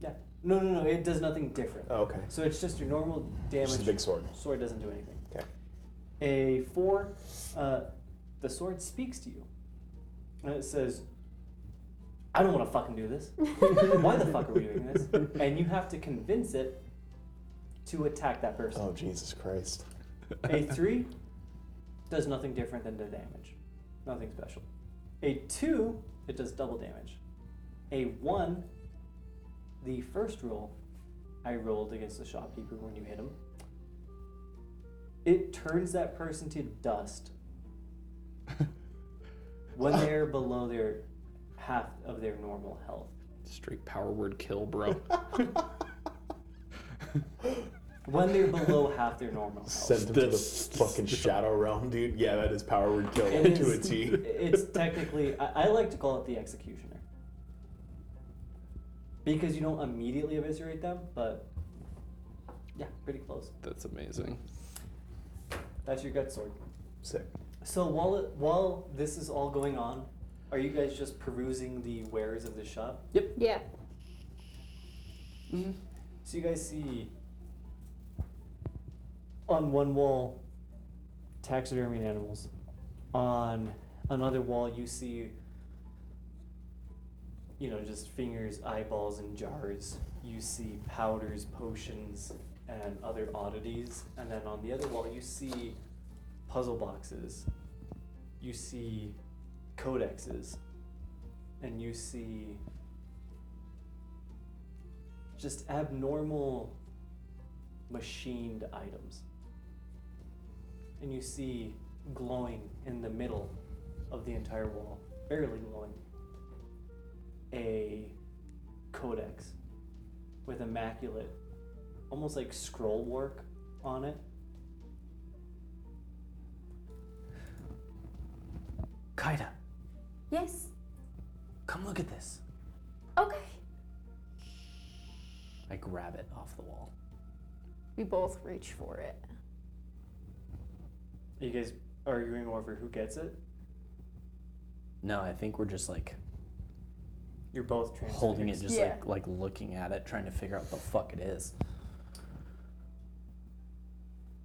[SPEAKER 6] Yeah. No, no, no. It does nothing different.
[SPEAKER 3] Oh, okay.
[SPEAKER 6] So it's just your normal damage.
[SPEAKER 3] Just a big sword.
[SPEAKER 6] Sword doesn't do anything.
[SPEAKER 3] Okay.
[SPEAKER 6] A four, uh, the sword speaks to you. And it says, I don't want to fucking do this. Why the fuck are we doing this? And you have to convince it to attack that person.
[SPEAKER 3] Oh Jesus Christ.
[SPEAKER 6] A three does nothing different than the damage. Nothing special. A two, it does double damage. A one, the first roll I rolled against the shopkeeper when you hit him, it turns that person to dust when they're below their half of their normal health.
[SPEAKER 9] Straight power word kill, bro.
[SPEAKER 6] When they're below half their normal health.
[SPEAKER 3] Send him to the fucking shadow realm, dude. Yeah, that is power word kill
[SPEAKER 6] It
[SPEAKER 3] to a
[SPEAKER 6] is-
[SPEAKER 3] T.
[SPEAKER 6] It's technically, I, I like to call it the executioner. Because you don't immediately eviscerate them, but yeah, pretty close.
[SPEAKER 9] That's amazing.
[SPEAKER 6] That's your gut sword.
[SPEAKER 3] Sick.
[SPEAKER 6] So while it, while this is all going on, are you guys just perusing the wares of the shop?
[SPEAKER 9] Yep.
[SPEAKER 8] Yeah.
[SPEAKER 9] Mm-hmm.
[SPEAKER 6] So you guys see on one wall taxidermied animals. On another wall you see you know just fingers, eyeballs and jars. You see powders, potions and other oddities. And then on the other wall you see puzzle boxes. You see codexes. And you see just abnormal machined items. And you see glowing in the middle of the entire wall, barely glowing, a codex with immaculate, almost like scroll work on it. Kaida,
[SPEAKER 8] Yes.
[SPEAKER 6] come look at this.
[SPEAKER 8] Okay.
[SPEAKER 7] I grab it off the wall.
[SPEAKER 8] We both reach for it.
[SPEAKER 6] Are you guys arguing over who gets it?
[SPEAKER 7] No, I think we're just like
[SPEAKER 6] You're both transfixed.
[SPEAKER 7] holding it, just
[SPEAKER 6] Yeah.
[SPEAKER 7] like like looking at it, trying to figure out what the fuck it is.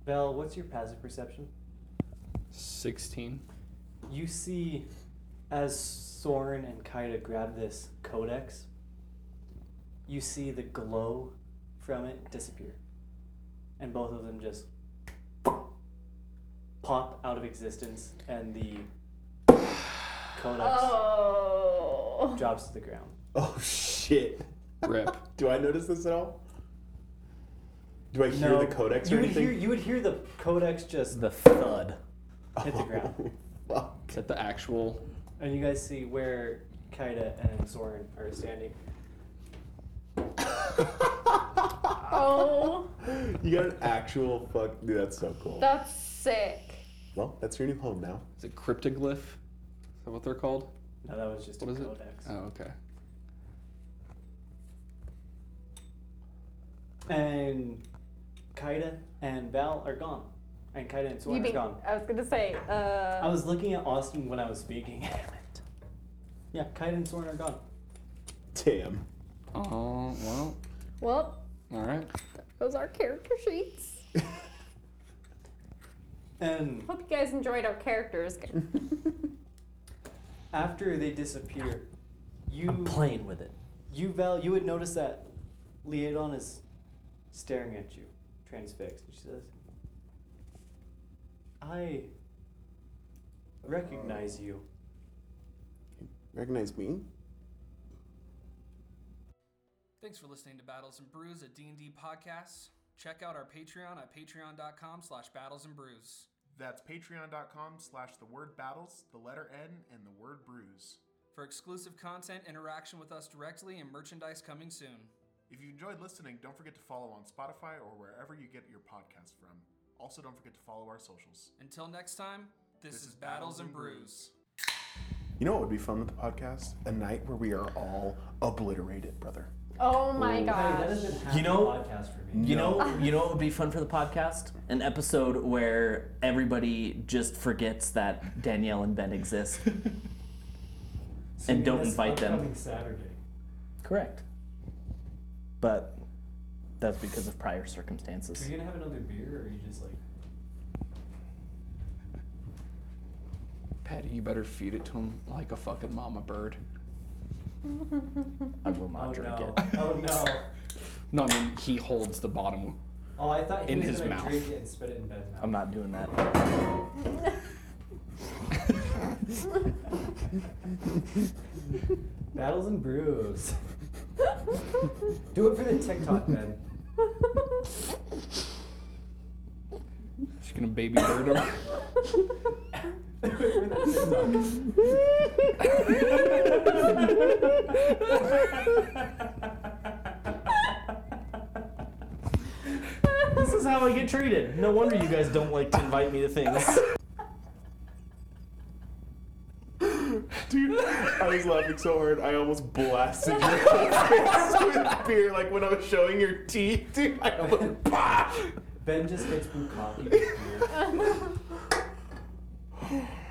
[SPEAKER 6] Val, what's your passive perception?
[SPEAKER 9] 16.
[SPEAKER 6] You see, as Soren and Kaida grab this codex, you see the glow from it disappear. And both of them just pop out of existence, and the codex drops to the ground.
[SPEAKER 3] Oh shit.
[SPEAKER 9] Rip.
[SPEAKER 3] Do I notice this at all? Do I hear
[SPEAKER 6] No.
[SPEAKER 3] the codex
[SPEAKER 6] you
[SPEAKER 3] or
[SPEAKER 6] would
[SPEAKER 3] anything?
[SPEAKER 6] hear you would hear the codex just
[SPEAKER 7] the thud
[SPEAKER 6] hit the ground.
[SPEAKER 9] Is that the actual?
[SPEAKER 6] And you guys see where Kaida and Soren are standing.
[SPEAKER 8] Oh,
[SPEAKER 3] You got an actual fuck. Dude, that's so cool.
[SPEAKER 8] that's sick.
[SPEAKER 3] Well, that's your new home now.
[SPEAKER 9] Is it cryptoglyph? Is that what they're called?
[SPEAKER 6] No, that was just
[SPEAKER 9] What
[SPEAKER 6] a
[SPEAKER 9] is it?
[SPEAKER 6] codex.
[SPEAKER 9] Oh, okay.
[SPEAKER 6] And Kaida and Val are gone. And Kaida and Swan
[SPEAKER 8] you
[SPEAKER 6] are
[SPEAKER 8] mean,
[SPEAKER 6] gone.
[SPEAKER 8] I was gonna say. Uh,
[SPEAKER 6] I was looking at Austin when I was speaking. Damn it. Yeah, Kaiden and Soren are gone.
[SPEAKER 3] Damn.
[SPEAKER 9] Oh well.
[SPEAKER 8] Well,
[SPEAKER 9] All right.
[SPEAKER 8] those are character sheets.
[SPEAKER 6] And
[SPEAKER 8] Hope you guys enjoyed our characters.
[SPEAKER 6] after they disappear, you
[SPEAKER 7] Playing with it.
[SPEAKER 6] you Val you would notice that Leodon is staring at you, transfixed, and she says, I recognize you.
[SPEAKER 3] Recognize me?
[SPEAKER 10] Thanks for listening to Battles and Brews, a D&D podcast. Check out our Patreon at patreon.com slash battles and brews.
[SPEAKER 12] That's patreon.com slash the word battles, the letter N, and the word brews.
[SPEAKER 10] For exclusive content, interaction with us directly, and merchandise coming soon.
[SPEAKER 12] If you enjoyed listening, don't forget to follow on Spotify or wherever you get your podcast from. Also, don't forget to follow our socials.
[SPEAKER 10] Until next time, this, is, Battles and brews.
[SPEAKER 3] You know what would be fun with the podcast? A night where we are all obliterated, brother.
[SPEAKER 8] Oh my
[SPEAKER 3] Ooh.
[SPEAKER 8] gosh.
[SPEAKER 7] You know, you
[SPEAKER 3] No.
[SPEAKER 7] know, you know what would be fun for the podcast? An episode where everybody just forgets that Danielle and Ben exist and don't invite them.
[SPEAKER 6] Coming Saturday.
[SPEAKER 7] Correct. But that's because of prior circumstances.
[SPEAKER 6] Are you gonna have another beer, or are you just like?
[SPEAKER 9] Patty, you better feed it to him like a fucking mama bird.
[SPEAKER 7] I will not
[SPEAKER 9] drink
[SPEAKER 6] no.
[SPEAKER 9] it.
[SPEAKER 6] Oh no!
[SPEAKER 9] No, I mean he holds the bottom.
[SPEAKER 6] Oh, I thought he
[SPEAKER 9] in
[SPEAKER 6] was
[SPEAKER 9] his
[SPEAKER 6] gonna
[SPEAKER 9] mouth.
[SPEAKER 6] drink it and spit it in Ben's mouth.
[SPEAKER 7] I'm not doing that.
[SPEAKER 6] Battles and brews. Do it for the TikTok, Ben.
[SPEAKER 9] She's gonna baby bird him.
[SPEAKER 7] this is how I get treated. No wonder you guys don't like to invite me to things.
[SPEAKER 3] Dude, I was laughing so hard I almost blasted your face with beer like when I was showing your teeth, dude. I almost
[SPEAKER 6] Ben just gets bukkake with beer.